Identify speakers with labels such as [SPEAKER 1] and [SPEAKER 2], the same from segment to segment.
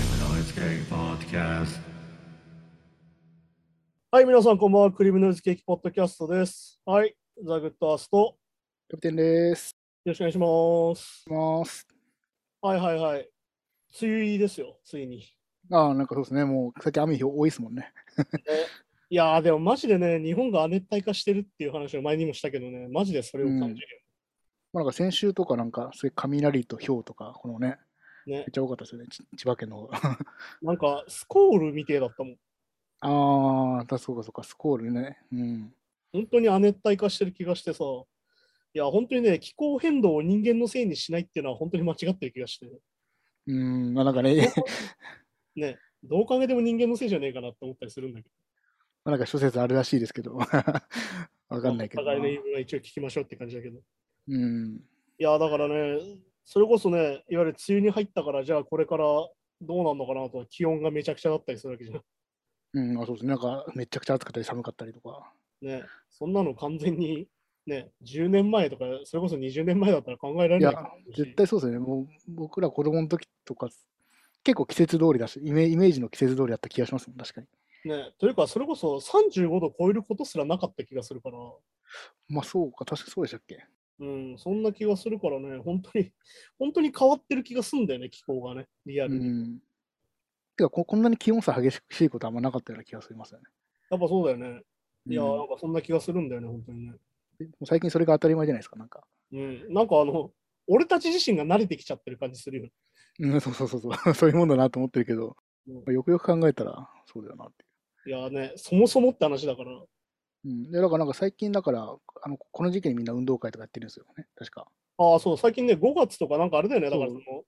[SPEAKER 1] Cake Podcast.
[SPEAKER 2] はい、皆さん、こんばんは。クリームノイズケーキポッドキャストです。はい、ザ・グッド・アースト、よ
[SPEAKER 3] キャプテンです。
[SPEAKER 2] ろしくお願いします。
[SPEAKER 3] います。
[SPEAKER 2] はいはいはい。梅雨入りですよ、ついに。
[SPEAKER 3] ああ、なんかそうですね。もう、さっき雨の日多いですもんね。
[SPEAKER 2] いやー、でもマジでね、日本が亜熱帯化してるっていう話を前にもしたけどね、マジでそれを感じるよ。
[SPEAKER 3] まあ、なんか先週とかなんか、そういう雷と氷とか、このね、
[SPEAKER 2] ね
[SPEAKER 3] めっちゃ多かったですよね。ち千葉県の方が。
[SPEAKER 2] なんか、スコールみてえだったもん。
[SPEAKER 3] ああ、だそうかそうか、スコールね。うん。
[SPEAKER 2] 本当に亜熱帯化してる気がしてさ。いや、本当にね、気候変動を人間のせいにしないっていうのは本当に間違ってる気がして、
[SPEAKER 3] うん、まあなんか ね、
[SPEAKER 2] ね、どう考えても人間のせいじゃねえかなって思ったりするんだけ
[SPEAKER 3] まあなんか諸説あるらしいですけど、 わ
[SPEAKER 2] ど、
[SPEAKER 3] かんないけど
[SPEAKER 2] まあ
[SPEAKER 3] な。
[SPEAKER 2] お互いの言い分は一応聞きましょうって感じだけど。
[SPEAKER 3] うん。
[SPEAKER 2] いや、だからね、それこそね、いわゆる梅雨に入ったから、じゃあこれからどうなんのかなと、気温がめちゃくちゃだったりするわけじゃん。
[SPEAKER 3] うん、あそうですね。なんか、めちゃくちゃ暑かったり寒かったりとか。
[SPEAKER 2] ね、そんなの完全に、ね、10年前とか、それこそ20年前だったら考えられないから
[SPEAKER 3] 絶対そうですよね。もう、僕ら子供の時とか、結構季節通りだし、イメイメージの季節通りだった気がしますもん、確かに。
[SPEAKER 2] ね、というか、それこそ35度超えることすらなかった気がするから、
[SPEAKER 3] まあそうか、確かそうでしたっけ。
[SPEAKER 2] うん、そんな気がするからね、本当に、本当に変わってる気がすんだよね、気候がね、リア
[SPEAKER 3] う
[SPEAKER 2] ルに。
[SPEAKER 3] ん。てかこ、こんなに気温差激しいことあんまなかったような気がしますよね。
[SPEAKER 2] やっぱそうだよね。いや、
[SPEAKER 3] うん
[SPEAKER 2] なんかそんな気がするんだよね、本当にね。
[SPEAKER 3] でもう最近それが当たり前じゃないですか、なんか。
[SPEAKER 2] うん、なんかあの、俺たち自身が慣れてきちゃってる感じするよね
[SPEAKER 3] うん、そうそうそうそう、 そういうもんだなと思ってるけど、
[SPEAKER 2] うん
[SPEAKER 3] まあよくよく考えたら、そうだよなって
[SPEAKER 2] いやね、そもそもって話だから、
[SPEAKER 3] いう。うん。で、だからなんか最近、だから、あのこの時期にみんな運動会とかやってるんですよね、確か。
[SPEAKER 2] ああ、そう、最近ね、5月とかなんかあれだよね、だからそ
[SPEAKER 3] そ
[SPEAKER 2] の
[SPEAKER 3] う、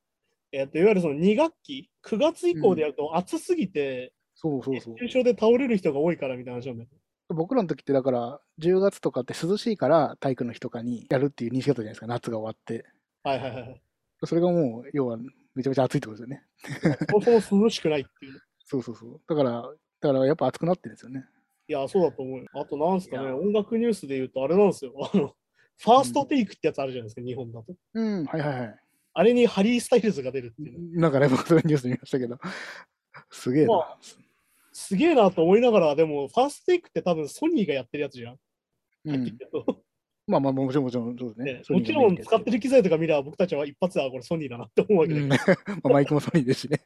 [SPEAKER 2] えっと、いわゆるその2学期、9月以降でやると暑すぎて、
[SPEAKER 3] そうそう
[SPEAKER 2] 熱
[SPEAKER 3] そう。
[SPEAKER 2] 中症で倒れる人が多いからみたいな話なんだよね。
[SPEAKER 3] 僕らの時って、だから、10月とかって涼しいから体育の日とかにやるっていう認識だったじゃないですか、夏が終わって。
[SPEAKER 2] はいはいはいはい。
[SPEAKER 3] それがもう、要は、めちゃめちゃ暑いってことですよね。
[SPEAKER 2] そもそも涼しくないっていう。
[SPEAKER 3] そうそうそう。だから、だからやっぱ暑くなってるんですよね。
[SPEAKER 2] いや、そうだと思うよ。あと、なんすか
[SPEAKER 3] い
[SPEAKER 2] ね、
[SPEAKER 3] や
[SPEAKER 2] 音楽ニュースで言うと、あれなんですよ。あの、ファーストテイクってやつあるじゃないですか、日本だと。
[SPEAKER 3] うん、はいはいはい。
[SPEAKER 2] あれにハリー・スタイルズが出るっていうね。
[SPEAKER 3] なんかね、僕それニュースで見ましたけど、 すげえな。
[SPEAKER 2] ますげえなと思いながら、でも、ファーストテイクって多分ソニーがやってるやつじゃん。
[SPEAKER 3] う
[SPEAKER 2] はっきり
[SPEAKER 3] ん、
[SPEAKER 2] 言うと
[SPEAKER 3] まあまあ、もちろん、もちろん、そうですね。
[SPEAKER 2] ね
[SPEAKER 3] ソニ
[SPEAKER 2] も
[SPEAKER 3] ー
[SPEAKER 2] ち
[SPEAKER 3] が
[SPEAKER 2] ろ
[SPEAKER 3] メイン
[SPEAKER 2] ん
[SPEAKER 3] です
[SPEAKER 2] 使ってる機材とか見れば僕たちは一発であこれソニーだなって思うわけで、
[SPEAKER 3] うん まあ、マイクもソニーですしね。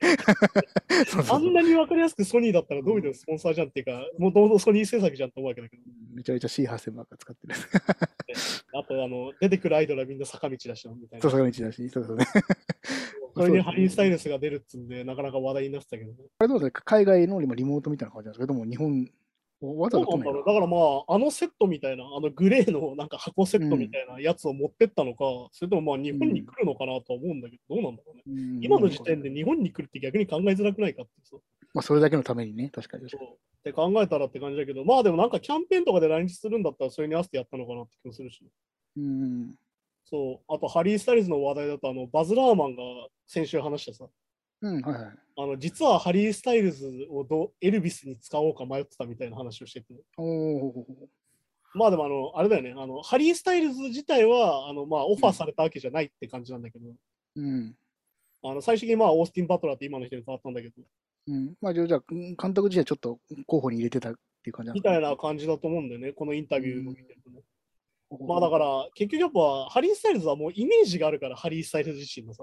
[SPEAKER 3] そうそ
[SPEAKER 2] あ
[SPEAKER 3] うそ
[SPEAKER 2] ん
[SPEAKER 3] う
[SPEAKER 2] なに分かりやすくソニーだったらどう見てもスポンサーじゃんっていうか、もともとソニー制作じゃんと思うわけだけど、
[SPEAKER 3] めちゃめちゃ C8000 ばっか使ってる。
[SPEAKER 2] あとあの出てくるアイドルはみんな坂道だしなみたい
[SPEAKER 3] そ
[SPEAKER 2] な。そ
[SPEAKER 3] う、坂道だし、そうそうね。
[SPEAKER 2] れにハリー・スタイルスが出るっつうんで、なかなか話題になってたけどね。
[SPEAKER 3] あれどうですか海外の今リモートみたいな感じなんですけど、でも日本、わざ
[SPEAKER 2] どう
[SPEAKER 3] わざ
[SPEAKER 2] なんだ
[SPEAKER 3] 来ない
[SPEAKER 2] ろう
[SPEAKER 3] な
[SPEAKER 2] だからまあ、あのセットみたいな、あのグレーのなんか箱セットみたいなやつを持ってったのか、それともまあ日本に来るのかなとは思うんだけど、どうなんだろうね。
[SPEAKER 3] うん
[SPEAKER 2] 今の時点で日本に来るって逆に考えづらくないかってさ。
[SPEAKER 3] まあ、それだけのためにね、確かに。
[SPEAKER 2] そうって考えたらって感じだけど、まあでもなんかキャンペーンとかで来日するんだったらそれに合わせてやったのかなって気もするし、
[SPEAKER 3] うん。
[SPEAKER 2] そう、あとハリー・スタイルズの話題だと、あのバズ・ラーマンが先週話したさ、
[SPEAKER 3] うん、はいはい。
[SPEAKER 2] あの実はハリー・スタイルズをどうエルビスに使おうか迷ってたみたいな話をしてて、
[SPEAKER 3] おお。
[SPEAKER 2] まあでもあの、あれだよね、あのハリー・スタイルズ自体はあの、まあ、オファーされたわけじゃないって感じなんだけど、
[SPEAKER 3] うん。
[SPEAKER 2] あの最終的にまあオースティン・バトラーって今の人に変わったんだけど、
[SPEAKER 3] うん。まあ、じゃあ、監督自体ちょっと候補に入れてたっていう感じなん
[SPEAKER 2] み
[SPEAKER 3] ですか
[SPEAKER 2] た
[SPEAKER 3] ね
[SPEAKER 2] いな感じだと思うんだよね、このインタビューを見てるとね。まあだか
[SPEAKER 3] ら
[SPEAKER 2] ら、結局やっぱハリー・スタイルズはもうイメージがあるから、ハリー・スタイルズ自身のさ。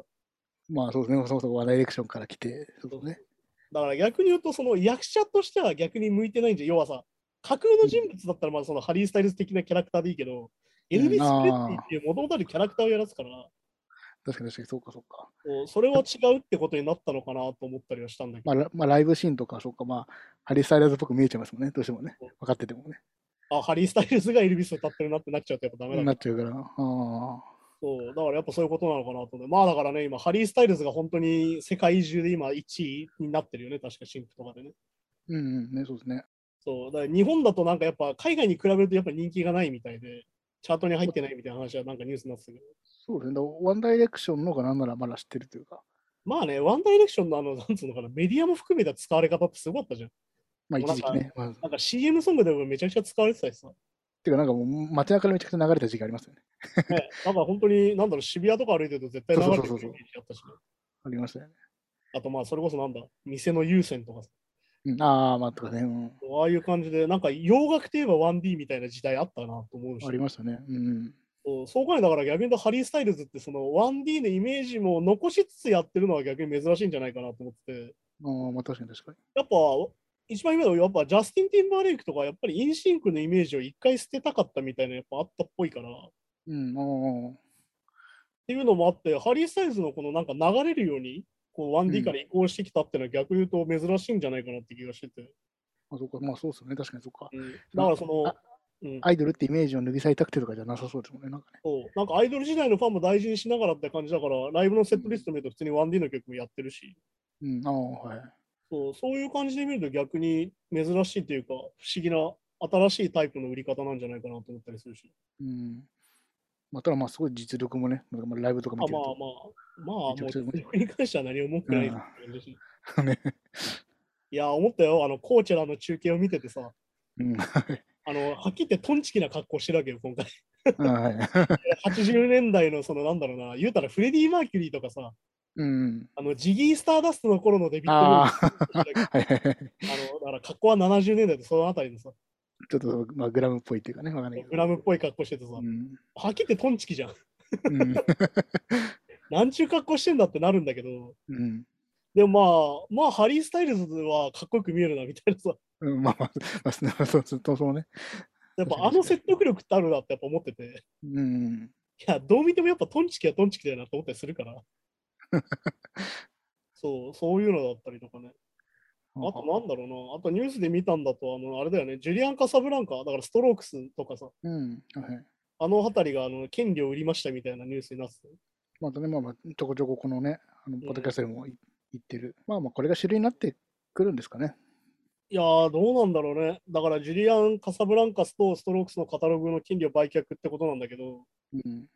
[SPEAKER 3] まあそうですね、そもそも話題レクションから来て、そうですね。
[SPEAKER 2] だから逆に言うと、その役者としては逆に向いてないんじゃ、要はさ、架空の人物だったらまだそのハリー・スタイルズ的なキャラクターでいいけど、エルビス・プレッティっていう元々あるキャラクターをやらすから、
[SPEAKER 3] 確かに確かに、そうかそうか。
[SPEAKER 2] こうそれは違うってことになったのかなと思ったりはしたんだけど、
[SPEAKER 3] まあ、ラまあ、ライブシーンとか、そうか、まあ、ハリー・スタイラーズっぽく見えちゃいますもんね、どうしてもね。分かっててもね。
[SPEAKER 2] あ、ハリー・スタイルズがエルビスを歌ってるなってなっちゃうとやっぱダメだ
[SPEAKER 3] な
[SPEAKER 2] な
[SPEAKER 3] っちゃうから。ああ。
[SPEAKER 2] そうだからやっぱそういうことなのかなと思って。まあだからね、今、ハリー・スタイルズが本当に世界中で今1位になってるよね、確かシンクとかでね。
[SPEAKER 3] うんうん、ね、そうですね。
[SPEAKER 2] そう、だから日本だとなんかやっぱ海外に比べるとやっぱ人気がないみたいで、チャートに入ってないみたいな話はなんかニュースになってたけど。
[SPEAKER 3] そうですね。だからワンダイレクションの方がなんならまだ知ってるというか、
[SPEAKER 2] まあね、ワンダイレクションのあの、なんつうのかな、メディアも含めた使われ方ってすごかったじゃん。
[SPEAKER 3] まあ
[SPEAKER 2] もうな
[SPEAKER 3] 一
[SPEAKER 2] ん
[SPEAKER 3] 時
[SPEAKER 2] か
[SPEAKER 3] 期ね。まあ、
[SPEAKER 2] なんか CM ソングでもめちゃくちゃ使われてたりさ。
[SPEAKER 3] ていうか、なんかもう街中でめちゃくちゃ流れた時期ありますよね。
[SPEAKER 2] ね、なんか本当に、なんだろう、渋谷とか歩いてると絶対流れて
[SPEAKER 3] そう
[SPEAKER 2] く
[SPEAKER 3] そう
[SPEAKER 2] る
[SPEAKER 3] そうそう
[SPEAKER 2] イメージだったしね。
[SPEAKER 3] ありましたよね。
[SPEAKER 2] あとまあ、それこそなんだ、店の優先とかさ、
[SPEAKER 3] うん、ああ、まあとかね、うん
[SPEAKER 2] ああいう感じで、なんか洋楽といえば 1D みたいな時代あったなと思うし
[SPEAKER 3] あ、りましたね。うん。
[SPEAKER 2] そうそう考えだから逆に言うとハリー・スタイルズってその 1D のイメージも残しつつやってるのは逆に珍しいんじゃないかなと思って、
[SPEAKER 3] ああ、まあ確かに確かに。
[SPEAKER 2] やっぱ、一番今のやっぱジャスティン・ティンバーレイクとかやっぱりインシンクのイメージを一回捨てたかったみたいなやっぱあったっぽいから、
[SPEAKER 3] うん、あ
[SPEAKER 2] っていうのもあって、ハリー・スタイルズのこのなんか流れるように、こう
[SPEAKER 3] うん
[SPEAKER 2] 1D から移行してきたっていうのは逆に言うと珍しいんじゃないかなって気がしてて。
[SPEAKER 3] あ、あそうか、まあそうですよね、確かにそうか。
[SPEAKER 2] うんだからその
[SPEAKER 3] あ、
[SPEAKER 2] うん
[SPEAKER 3] アイドルってイメージを脱ぎ去りたくてとかじゃなさそうですもんね、なんかね。
[SPEAKER 2] そうなんかアイドル時代のファンも大事にしながらって感じだから、ライブのセットリスト見ると普通に 1D の曲もやってるし、
[SPEAKER 3] うん、ああ、はい。
[SPEAKER 2] そうそういう感じで見ると逆に珍しいというか、不思議な新しいタイプの売り方なんじゃないかなと思ったりするし。
[SPEAKER 3] うん。まあ、ただまあ、すごい実力もね、なんかまあライブとか
[SPEAKER 2] あまあ
[SPEAKER 3] 見てると。
[SPEAKER 2] まあ、まあ、も
[SPEAKER 3] めちゃくちゃうま
[SPEAKER 2] う、
[SPEAKER 3] い
[SPEAKER 2] 曲に関しては何も思ってないですけど
[SPEAKER 3] ね。
[SPEAKER 2] いや、思ったよ、あの、コーチェラの中継を見ててさ、
[SPEAKER 3] うん、はい。
[SPEAKER 2] あの、はっきり言ってトンチキな格好してるわけよ、今回。
[SPEAKER 3] はい
[SPEAKER 2] 80年代の、その、なんだろうな、言うたらフレディ・マーキュリーとかさ、
[SPEAKER 3] うん。
[SPEAKER 2] あの、ジギー・スターダストの頃のデビッド・ボ
[SPEAKER 3] あ
[SPEAKER 2] ーイ
[SPEAKER 3] あ、はいはいはい。
[SPEAKER 2] あの、だから格好は70年代でそのあたりのさ、
[SPEAKER 3] ちょっと、まあ、グラムっぽいっていうかね、わかんないけど。
[SPEAKER 2] グラムっぽい格好しててさ、は
[SPEAKER 3] うん。
[SPEAKER 2] っきり言ってトンチキじゃん。
[SPEAKER 3] うん。
[SPEAKER 2] なんちゅう格好してんだってなるんだけど、
[SPEAKER 3] うん
[SPEAKER 2] でもまあ、まあ、ハリー・スタイルズはかっこよく見えるな、みたいなさ、
[SPEAKER 3] うん。まあまあ、まあ、そうそうそうそうね。
[SPEAKER 2] やっぱあの説得力ってあるなってやっぱ思ってて、
[SPEAKER 3] うん。
[SPEAKER 2] いや、どう見てもやっぱトンチキはトンチキだよなと思ったりする から。そう、そういうのだったりとかね。あとなんだろうな、あとニュースで見たんだと、あの、あれだよね、ジュリアン・カサブランカ、だからストロークスとかさ、
[SPEAKER 3] うん。はい。
[SPEAKER 2] あの辺りがあの権利を売りましたみたいなニュースになってて
[SPEAKER 3] またね、まあまあ、ちょこちょここのね、あの
[SPEAKER 2] ん
[SPEAKER 3] ポッドキャストでもい言ってる。まあまあ、これが主流になってくるんですかね。
[SPEAKER 2] いやー、どうなんだろうね。だから、ジュリアン・カサブランカスとストロークスのカタログの権利を売却ってことなんだけど、
[SPEAKER 3] うん。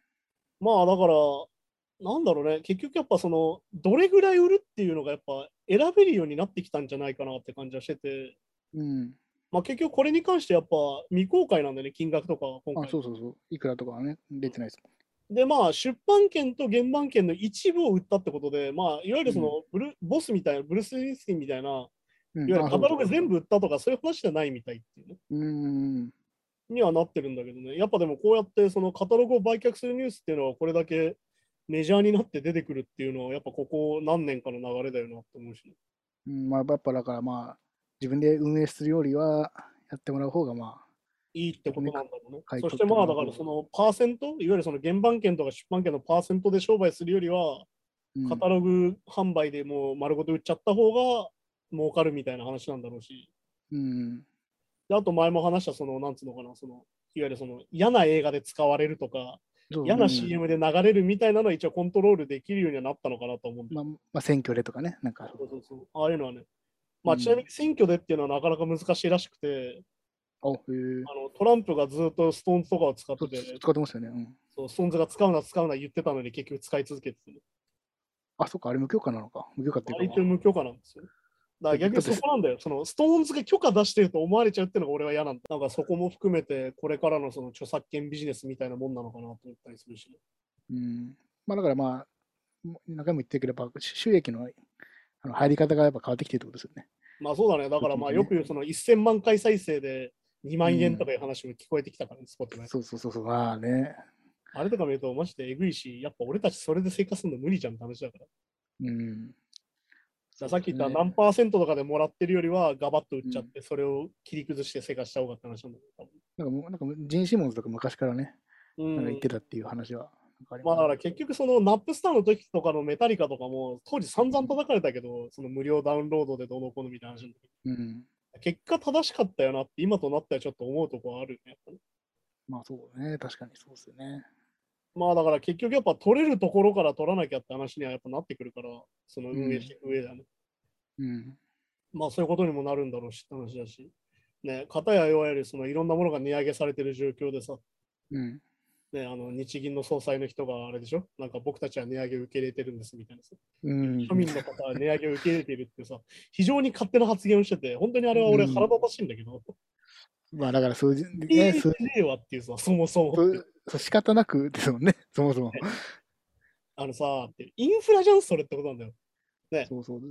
[SPEAKER 2] まあだから、なんだろうね、結局やっぱその、どれぐらい売るっていうのがやっぱ選べるようになってきたんじゃないかなって感じはしてて、
[SPEAKER 3] うん。
[SPEAKER 2] まあ結局これに関してやっぱ未公開なんだよね、金額とかは今
[SPEAKER 3] あ、
[SPEAKER 2] 回。
[SPEAKER 3] そうそうそう。いくらとかはね、出てないです。
[SPEAKER 2] でまあ出版権と原版権の一部を売ったってことで、まあいわゆるそのブル、ボスみたいな、ブルース・ウィンスティンみたいな、いわ
[SPEAKER 3] うん、
[SPEAKER 2] ゆる
[SPEAKER 3] あ
[SPEAKER 2] カタログ全。
[SPEAKER 3] そ
[SPEAKER 2] 部売ったとかそういう話じゃないみたいっていうね。
[SPEAKER 3] うそううん。
[SPEAKER 2] にはなってるんだけどね、やっぱでもこうやってそのカタログを売却するニュースっていうのは、これだけメジャーになって出てくるっていうのは、やっぱここ何年かの流れだよなって思うし、
[SPEAKER 3] うん、まあ、やっぱだからまあ、自分で運営するよりは、やってもらう方がまあ、
[SPEAKER 2] いいってことなんだろうね。
[SPEAKER 3] 買い
[SPEAKER 2] そ
[SPEAKER 3] 取
[SPEAKER 2] して
[SPEAKER 3] っ
[SPEAKER 2] てま
[SPEAKER 3] もら
[SPEAKER 2] あ
[SPEAKER 3] う
[SPEAKER 2] だからそのパーセント、いわゆるその原版権とか出版権のパーセントで商売するよりは、
[SPEAKER 3] うん、
[SPEAKER 2] カタログ販売でもう丸ごと売っちゃった方が儲かるみたいな話なんだろうし、
[SPEAKER 3] うん。
[SPEAKER 2] であと前も話したその、なんつうのかな、その、いわゆるその嫌な映画で使われるとか、
[SPEAKER 3] そう
[SPEAKER 2] 嫌
[SPEAKER 3] う
[SPEAKER 2] なん CM で流れるみたいなのは一応コントロールできるようにはなったのかなと思うんだよね
[SPEAKER 3] まあ、まあ、選挙でとかね、なんか、
[SPEAKER 2] そうそうそう。ああいうのはね。ま
[SPEAKER 3] う
[SPEAKER 2] あ、
[SPEAKER 3] ん
[SPEAKER 2] ちなみに選挙でっていうのはなかなか難しいらしくて、
[SPEAKER 3] おへえ
[SPEAKER 2] あのトランプがずっとストーンズとかを使っ
[SPEAKER 3] そ
[SPEAKER 2] て
[SPEAKER 3] う
[SPEAKER 2] て、
[SPEAKER 3] 使ってましたよね。うん。
[SPEAKER 2] そうストーンズが使うな使うな言ってたのに結局使い続けてて、
[SPEAKER 3] あ、そっか、あれ無許可なのか。無許可ってい
[SPEAKER 2] あれ
[SPEAKER 3] う
[SPEAKER 2] 一応
[SPEAKER 3] か、
[SPEAKER 2] 無許可なんですよ。だから逆にそこなんだよ。そのストーンズが許可出してると思われちゃうっていうのが俺は嫌なんだ。なんかそこも含めて、これからのその著作権ビジネスみたいなもんなのかなと思ったりするし、
[SPEAKER 3] うん。まあ、だからまあ、も何回も言ってるけど、やっぱ収益のあの入り方がやっぱ変わってきてるってことですよね。
[SPEAKER 2] まあそうだね。だからまあ
[SPEAKER 3] そうですね
[SPEAKER 2] よく言うその1000万回再生で2万円とかいう話も聞こえてきたからね、スポットね。
[SPEAKER 3] そうそうそうそう、まあね。
[SPEAKER 2] あれとか見るとマジでえぐいし、やっぱ俺たちそれで生活するの無理じゃんって話だから。
[SPEAKER 3] うん。
[SPEAKER 2] だからさっき言った
[SPEAKER 3] ね
[SPEAKER 2] 何パーセントとかでもらってるよりはガバッと売っちゃって、
[SPEAKER 3] う
[SPEAKER 2] それを切り崩して生活した方がって話なんだけど、多
[SPEAKER 3] なんかもう、なんかジン・シモンズとか昔からね、
[SPEAKER 2] 分
[SPEAKER 3] な
[SPEAKER 2] う
[SPEAKER 3] んか言
[SPEAKER 2] ん
[SPEAKER 3] ってたっていう話は。なんかあり
[SPEAKER 2] まあだから
[SPEAKER 3] すね
[SPEAKER 2] 結局そのナップスターの時とかのメタリカとかも当時散々叩かれたけど、その無料ダウンロードでどうのこうのみたいな話なんだけ
[SPEAKER 3] うん。
[SPEAKER 2] ど結果正しかったよなって今となってはちょっと思うとこはあるよね。
[SPEAKER 3] まあそうね、確かにそうですよね。
[SPEAKER 2] まあだから結局やっぱ取れるところから取らなきゃって話にはやっぱなってくるから、その運営していく上ではね。
[SPEAKER 3] うん。
[SPEAKER 2] まあそういうことにもなるんだろうしって話だし。ね、片やいわゆるそのいろんなものが値上げされてる状況でさ、
[SPEAKER 3] うん。
[SPEAKER 2] ね、あの日銀の総裁の人があれでしょなんか僕たちは値上げを受け入れてるんですみたいなさ。
[SPEAKER 3] うん
[SPEAKER 2] 庶。民の方は値上げを受け入れているってさ、非常に勝手な発言をしてて、本当にあれは俺
[SPEAKER 3] うん
[SPEAKER 2] 腹立たしいんだけど、
[SPEAKER 3] まあだから数字、
[SPEAKER 2] いえ
[SPEAKER 3] ね、
[SPEAKER 2] ね
[SPEAKER 3] 数
[SPEAKER 2] えわっていうさ、そもそも
[SPEAKER 3] そうそう仕方な くですもんね、そもそも。
[SPEAKER 2] あのさ、ってインフラじゃん、それってことなんだよ。ね
[SPEAKER 3] そうそう。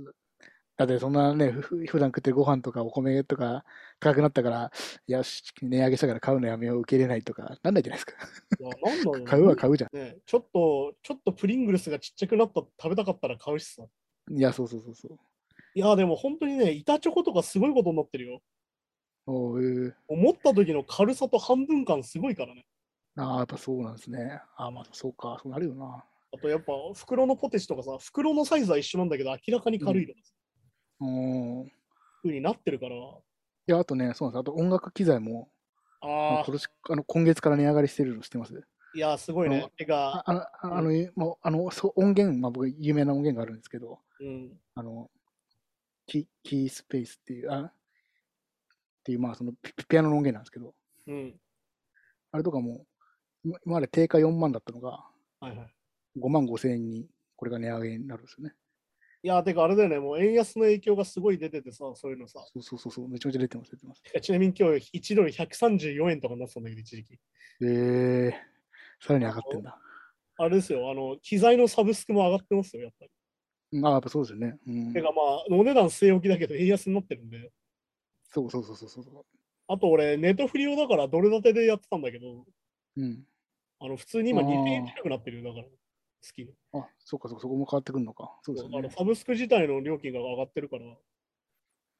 [SPEAKER 3] だってそんなね、ふふ普段食ってるご飯とかお米とか高くなったから、いや、し値上げしたから買うのやめよう、受け入れないとか、なんないじゃないですか。
[SPEAKER 2] いやなんだろうね
[SPEAKER 3] 買うは買うじゃ
[SPEAKER 2] ね、ちょっと、ちょっとプリングルスがちっちゃくなった、食べたかったら買うしさ。
[SPEAKER 3] ん。いや、そうそうそうそう。
[SPEAKER 2] いや、でも本当にね、板チョコとかすごいことになってるよ。
[SPEAKER 3] おうえ
[SPEAKER 2] 思った時の軽さと半分感すごいからね。
[SPEAKER 3] ーああ、やっぱそうなんですね。ああ、まあそうか、そうなるよな。
[SPEAKER 2] あとやっぱ袋のポテチとかさ、袋のサイズは一緒なんだけど、明らかに軽いとか、
[SPEAKER 3] うん。い
[SPEAKER 2] ふうになってるから。
[SPEAKER 3] や、あとね、そうなんです。あと音楽機材も、まあ
[SPEAKER 2] ああ
[SPEAKER 3] 今、年あの今月から値上がりしてるの知ってます
[SPEAKER 2] いや、すごいね。て
[SPEAKER 3] あ
[SPEAKER 2] か、
[SPEAKER 3] あのああの、もうあのそう音源、まあ、僕、有名な音源があるんですけど、
[SPEAKER 2] うん。
[SPEAKER 3] あの、キキースペースっていう、あっていう、まあ、そのピ、ピピアノの音源なんですけど、
[SPEAKER 2] うん。
[SPEAKER 3] あれとかも、今今まで定価4万だったのが、
[SPEAKER 2] はいはい。
[SPEAKER 3] 5万5千円に、これが値上げになるんですよね。
[SPEAKER 2] いや、てかあれだよね、もう円安の影響がすごい出ててさ、そういうのさ。
[SPEAKER 3] そうそうそうそう、めちゃめちゃ出てます、出てます。
[SPEAKER 2] てかちなみに今日1ドル134円とかになってたんだけど、一時期。
[SPEAKER 3] えー、さらに上がってんだ。
[SPEAKER 2] あれですよ、あの、機材のサブスクも上がってますよ、やっぱり。
[SPEAKER 3] まあ、やっぱそうですよね。うん
[SPEAKER 2] て。かまあ、お値段据え置きだけど、円安になってるんで。
[SPEAKER 3] そうそうそうそうそ
[SPEAKER 2] あと俺、ネットフリをだからドル建てでやってたんだけど、
[SPEAKER 3] う。うん。
[SPEAKER 2] あの普通に今
[SPEAKER 3] あー
[SPEAKER 2] 2000円近くなってるよ、だから、月に。
[SPEAKER 3] あ、そうか、そうか、そこも変わってくるのか。そうです
[SPEAKER 2] だ
[SPEAKER 3] よ
[SPEAKER 2] か
[SPEAKER 3] ね
[SPEAKER 2] ら。サブスク自体の料金が上がってるから、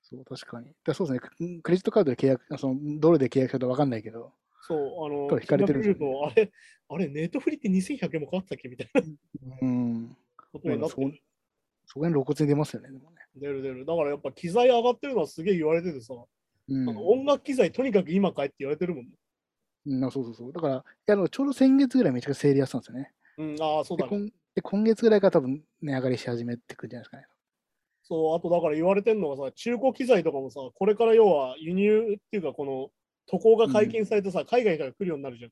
[SPEAKER 3] そう、確かに。だそうですねク、クレジットカードで契約、あそのドルで契約したかわかんないけど、
[SPEAKER 2] そう、あの、
[SPEAKER 3] これ引かれてるんですよ
[SPEAKER 2] 金額見るとあれ、あれ、ネットフリって2100円もかかってたっけみたいな
[SPEAKER 3] うん、
[SPEAKER 2] ことになって
[SPEAKER 3] まあ
[SPEAKER 2] る。
[SPEAKER 3] そこに露骨に出ますよね、でもね。
[SPEAKER 2] 出る出る。だからやっぱ機材上がってるのはすげえ言われててさ、
[SPEAKER 3] うん
[SPEAKER 2] あの音楽機材とにかく今買えって言われてるもんね。
[SPEAKER 3] うん、あそうそうそう。だから、いやあのちょうど先月ぐらいめちゃくちゃ整理やってたんですよね。
[SPEAKER 2] うん、ああ、そう
[SPEAKER 3] で
[SPEAKER 2] だね。
[SPEAKER 3] 今で今月ぐらいから多分値上がりし始めてくるんじゃないですかね。
[SPEAKER 2] そう、あとだから言われてるのがさ、中古機材とかもさ、これから要は輸入っていうか、この渡航が解禁されてさ、海外から来るようになるじゃん。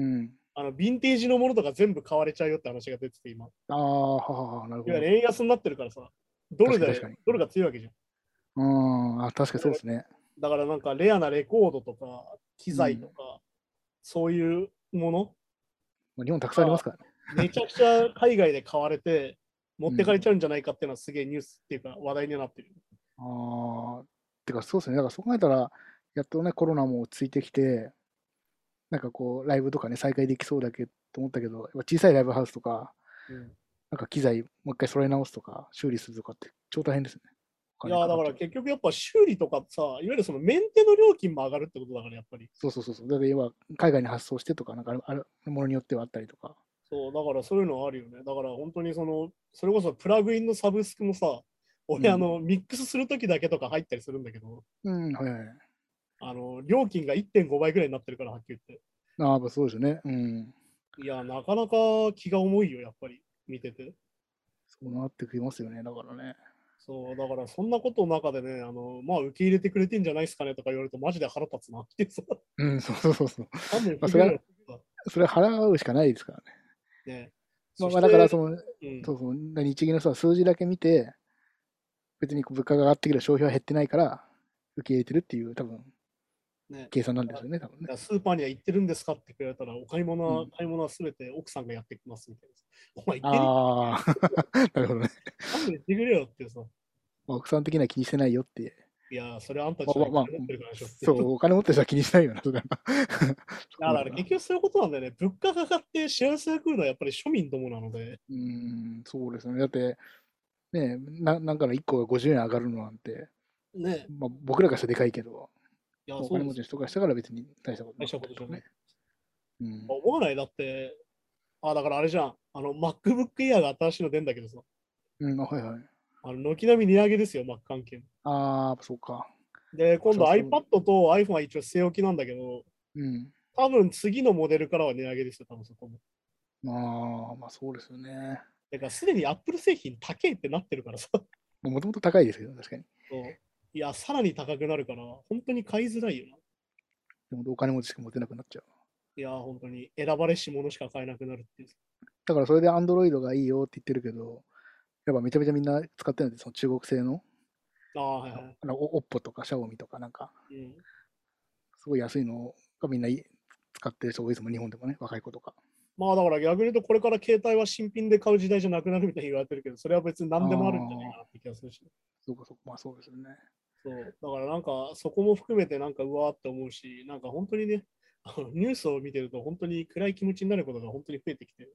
[SPEAKER 3] うん。
[SPEAKER 2] あの、ヴィンテージのものとか全部買われちゃうよって話が出てて、今。
[SPEAKER 3] ああ、はははなるほ
[SPEAKER 2] い
[SPEAKER 3] ど
[SPEAKER 2] わゆ。る円安になってるからさ、ドル
[SPEAKER 3] 確
[SPEAKER 2] で
[SPEAKER 3] かに確かに、
[SPEAKER 2] ドルが強いわけじゃん。
[SPEAKER 3] うん、あ確かにそうですね。
[SPEAKER 2] だからなんかレアなレコードとか、機材とか、そういうもの、
[SPEAKER 3] まあ日本たくさんありますからね。
[SPEAKER 2] めちゃくちゃ海外で買われて、持ってかれちゃうんじゃないかっていうのはすげえニュースっていうか話題になってる。
[SPEAKER 3] ああ、てかそうですね。だからそう考えたら、やっとね、コロナも落ち着いてきて、なんかこう、ライブとかね、再開できそうだけと思ったけど、やっぱ小さいライブハウスとか、なんか機材もう一回揃え直すとか、修理するとかって超大変ですね。お
[SPEAKER 2] い
[SPEAKER 3] 金
[SPEAKER 2] やーだか
[SPEAKER 3] かかっ
[SPEAKER 2] ら
[SPEAKER 3] ちゃう
[SPEAKER 2] 結局やっぱ修理とかさ、いわゆるそのメンテの料金も上がるってことだからやっぱり。
[SPEAKER 3] そうそうそうそう。だって要は海外に発送してとか、なんかあるあるものによってはあったりとか。
[SPEAKER 2] そう、だからそういうのあるよね。だから本当にその、それこそプラグインのサブスクもさ、俺、
[SPEAKER 3] うん
[SPEAKER 2] あの、ミックスするときだけとか入ったりするんだけど、
[SPEAKER 3] うん、はいはい。
[SPEAKER 2] あの、料金が1.5倍ぐらいになってるから、はっきり言っ
[SPEAKER 3] ああ、やっぱそうですよね。うん。
[SPEAKER 2] て。いや、なかなか気が重いよ、やっぱり、見てて。
[SPEAKER 3] そうなってきますよね。だからね。
[SPEAKER 2] そう、だからそんなことの中でね、あの、まあ、受け入れてくれてんじゃないですかねとか言われると、マジで腹立つなって さ、
[SPEAKER 3] うん、そうそうそうそう。
[SPEAKER 2] 勘弁
[SPEAKER 3] まあ
[SPEAKER 2] してく
[SPEAKER 3] それ
[SPEAKER 2] れ
[SPEAKER 3] は
[SPEAKER 2] よ
[SPEAKER 3] それ払うしかないですからね。
[SPEAKER 2] ね。
[SPEAKER 3] まあ、
[SPEAKER 2] そ
[SPEAKER 3] まあ
[SPEAKER 2] して
[SPEAKER 3] だから、その、
[SPEAKER 2] うん
[SPEAKER 3] そうそう、日銀のさ、数字だけ見て、別にこう物価が上がってきて消費は減ってないから、受け入れてるっていう、多分
[SPEAKER 2] ね
[SPEAKER 3] 計算なんですよね、多分ね。
[SPEAKER 2] スーパーには行ってるんですかって言われたら、お買い物は、
[SPEAKER 3] うん
[SPEAKER 2] 買い物はすべて奥さんがやってきますみたいな。お前行ってね
[SPEAKER 3] ああ、 なるほどね。
[SPEAKER 2] 勘弁してくれよってさ。
[SPEAKER 3] まあ奥さん的には気にしてないよって。
[SPEAKER 2] いやー、それあんたたちが
[SPEAKER 3] まあまあまあ
[SPEAKER 2] 持ってるからでしょって。
[SPEAKER 3] そう、お金持ってる人は気にしないよな、それは。
[SPEAKER 2] いやだから結局そういうことなんだよね。物価が上がって幸せが来るのはやっぱり庶民どもなので。
[SPEAKER 3] うーん、そうですね。だって、ねな、なんかの1個が50円上がるのなんて、
[SPEAKER 2] ね。
[SPEAKER 3] まあ、僕らからしたらでかいけど、
[SPEAKER 2] いや、
[SPEAKER 3] お
[SPEAKER 2] そう
[SPEAKER 3] 金
[SPEAKER 2] です
[SPEAKER 3] 持ちの
[SPEAKER 2] よ。
[SPEAKER 3] 人からしたから別に大したこと
[SPEAKER 2] 大した
[SPEAKER 3] こ
[SPEAKER 2] ことと
[SPEAKER 3] で
[SPEAKER 2] じ
[SPEAKER 3] す
[SPEAKER 2] ゃな
[SPEAKER 3] よ
[SPEAKER 2] い
[SPEAKER 3] ね。。うん、
[SPEAKER 2] 思わないだって、あ、だからあれじゃん。あの、MacBook Air が新しいの出んだけどさ。
[SPEAKER 3] うん、あはいはい。
[SPEAKER 2] あの、軒並み値上げですよ、Mac 関係も。
[SPEAKER 3] ああ、そうか。
[SPEAKER 2] で、今度
[SPEAKER 3] そうそう
[SPEAKER 2] iPad と iPhone は一応据え置きなんだけど、
[SPEAKER 3] うん。
[SPEAKER 2] 多分次のモデルからは値上げですよ、多分そこも。
[SPEAKER 3] まあ、まあそうですよね。
[SPEAKER 2] だからすでに Apple 製品高えってなってるからさ。
[SPEAKER 3] もともと高いですけど、確かに。
[SPEAKER 2] そういや、さらに高くなるから、本当に買いづらいよな。
[SPEAKER 3] でもお金持ちしか持てなくなっちゃう。
[SPEAKER 2] いや、本当に選ばれし者しか買えなくなるっていう。
[SPEAKER 3] だからそれで Android がいいよって言ってるけど、やっぱめちゃめちゃみんな使ってるんで、その中国製の、
[SPEAKER 2] ああ、はいはい。
[SPEAKER 3] あのお OPPO とか Xiaomi とかなんか、
[SPEAKER 2] うん、
[SPEAKER 3] すごい安いのがみんない使ってる人多いですもん、日本でもね、若い子とか。
[SPEAKER 2] まあだから逆に言うと、これから携帯は新品で買う時代じゃなくなるみたいに言われてるけど、それは別に何でもあるんじゃないかなって気がするし、
[SPEAKER 3] そうか、そうか、まあそうですよね。
[SPEAKER 2] そう。だからなんか、そこも含めてなんか、うわーって思うし、なんか本当にね、あのニュースを見てると本当に暗い気持ちになることが本当に増えてきて、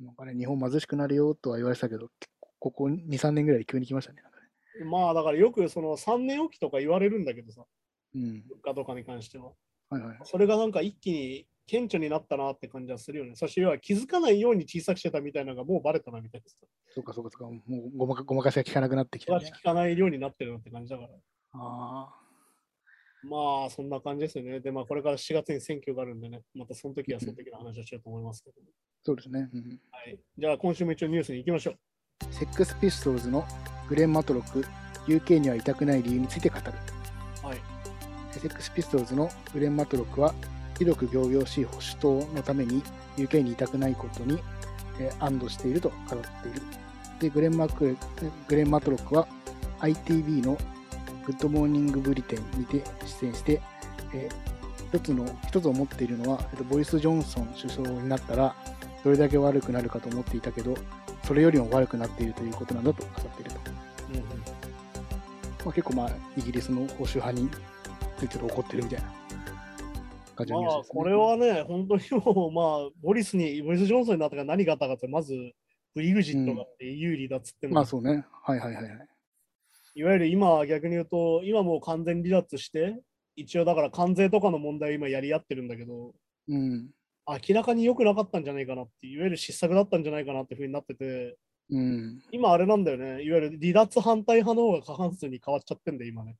[SPEAKER 3] なんかね、日本貧しくなるよとは言われてたけど、結構ここ2、3年ぐらいで急に来ましたね。なんかね
[SPEAKER 2] まあだからよくその3年おきとか言われるんだけどさ、
[SPEAKER 3] う
[SPEAKER 2] 物
[SPEAKER 3] ん。
[SPEAKER 2] 価とかに関しては。
[SPEAKER 3] はいはい。
[SPEAKER 2] それがなんか一気に顕著になったなって感じはするよね。そして要は気づかないように小さくしてたみたいなのがもうバレたなみたいなさ。
[SPEAKER 3] そうか、そうか、そうか。もうごまかごまかしが効かなくなってき
[SPEAKER 2] 気が
[SPEAKER 3] た、
[SPEAKER 2] 利
[SPEAKER 3] ね。
[SPEAKER 2] かないようになってるなって感じだから。
[SPEAKER 3] ああ。
[SPEAKER 2] まあそんな感じですよね。でまあこれから4月に選挙があるんでね、またその時はその時の話をしようと思いますけど、
[SPEAKER 3] そうですね。うん。
[SPEAKER 2] はい。じゃあ今週も一応ニュースに行きましょう。
[SPEAKER 3] セックスピストルズのグレン・マトロック、UK には痛くない理由について語る。
[SPEAKER 2] はい。
[SPEAKER 3] セックスピストルズのグレン・マトロックは、広く行々しい保守党のために UK にいたくないことに、えー安堵していると語っている。で、グレン・マクグレンマトロックは ITV のグッドモーニングブリテンにて出演して、えー一つの、一つを持っているのは、えっとボリス・ジョンソン首相になったら、どれだけ悪くなるかと思っていたけど、それよりも悪くなっているということなんだと語っていると。
[SPEAKER 2] うんうん、
[SPEAKER 3] まあ、結構まあイギリスの保守派について怒ってるみたいな感じのニュー
[SPEAKER 2] ま
[SPEAKER 3] ス
[SPEAKER 2] あ
[SPEAKER 3] です、ね。
[SPEAKER 2] これはね、本当にもう、まあ、ボリスに、ボリス・ジョンソンになったから何があったかって、まず、ブイグジットがあって有利だっつってんの
[SPEAKER 3] まあそうね。はいはいはいはい。
[SPEAKER 2] いわゆる今は逆に言うと、今もう完全離脱して、一応だから関税とかの問題を今やり合ってるんだけど、
[SPEAKER 3] うん。
[SPEAKER 2] 明らかに良くなかったんじゃないかなって、いわゆる失策だったんじゃないかなってふうになってて、
[SPEAKER 3] うん。
[SPEAKER 2] 今あれなんだよね、いわゆる離脱反対派の方が過半数に変わっちゃってんだよ、今ね。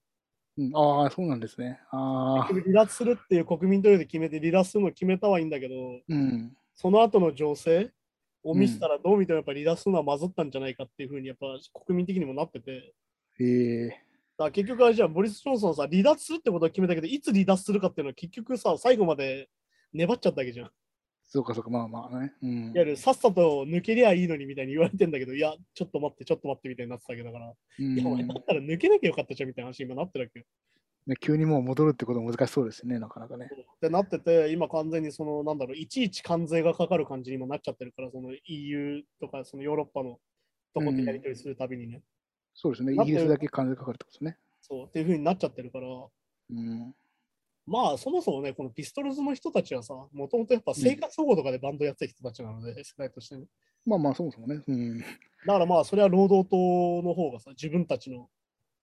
[SPEAKER 3] うん、ああ、そうなんですね。ああ。
[SPEAKER 2] 離脱するっていう国民投票で決めて、離脱するの決めたはいいんだけど、
[SPEAKER 3] うん。
[SPEAKER 2] その後の情勢を見せたらどう見てもやっぱり離脱するのは混ざったんじゃないかっていうふうにやっぱ国民的にもなってて、
[SPEAKER 3] ええ
[SPEAKER 2] だから結局あれじゃあボリス・ジョンソンさ、離脱するってことを決めたけど、いつ離脱するかっていうのは結局さ、最後まで粘っちゃったわけじゃん。い
[SPEAKER 3] そうかそうか、まあまあね。うん。
[SPEAKER 2] わゆるさっさと抜けりゃいいのにみたいに言われてんだけど、いや、ちょっと待って、ちょっと待ってみたいになってたわけだから、
[SPEAKER 3] うん
[SPEAKER 2] いや、お前だったら抜けなきゃよかったじゃんみたいな話に今なってるわけよ。
[SPEAKER 3] ね急にもう戻るってことは難しそうですね、なかなかね。
[SPEAKER 2] ってなってて、今完全にその、なんだろう、いちいち関税がかかる感じにもなっちゃってるから、その EU とか、そのヨーロッパのとこでやり取りするたびにね。
[SPEAKER 3] そうですね。イ
[SPEAKER 2] だって
[SPEAKER 3] ギリスだけ関税かかるってことですね。
[SPEAKER 2] そうっていう風になっちゃってるから、
[SPEAKER 3] うん。
[SPEAKER 2] まあそもそもね、このピストルズの人たちはさ、もともとやっぱ生活保護とかでバンドやってた人たちなので、世代としてね。
[SPEAKER 3] まあまあ、そもそもね。うん。
[SPEAKER 2] だからまあそれは労働党の方がさ、自分たちの、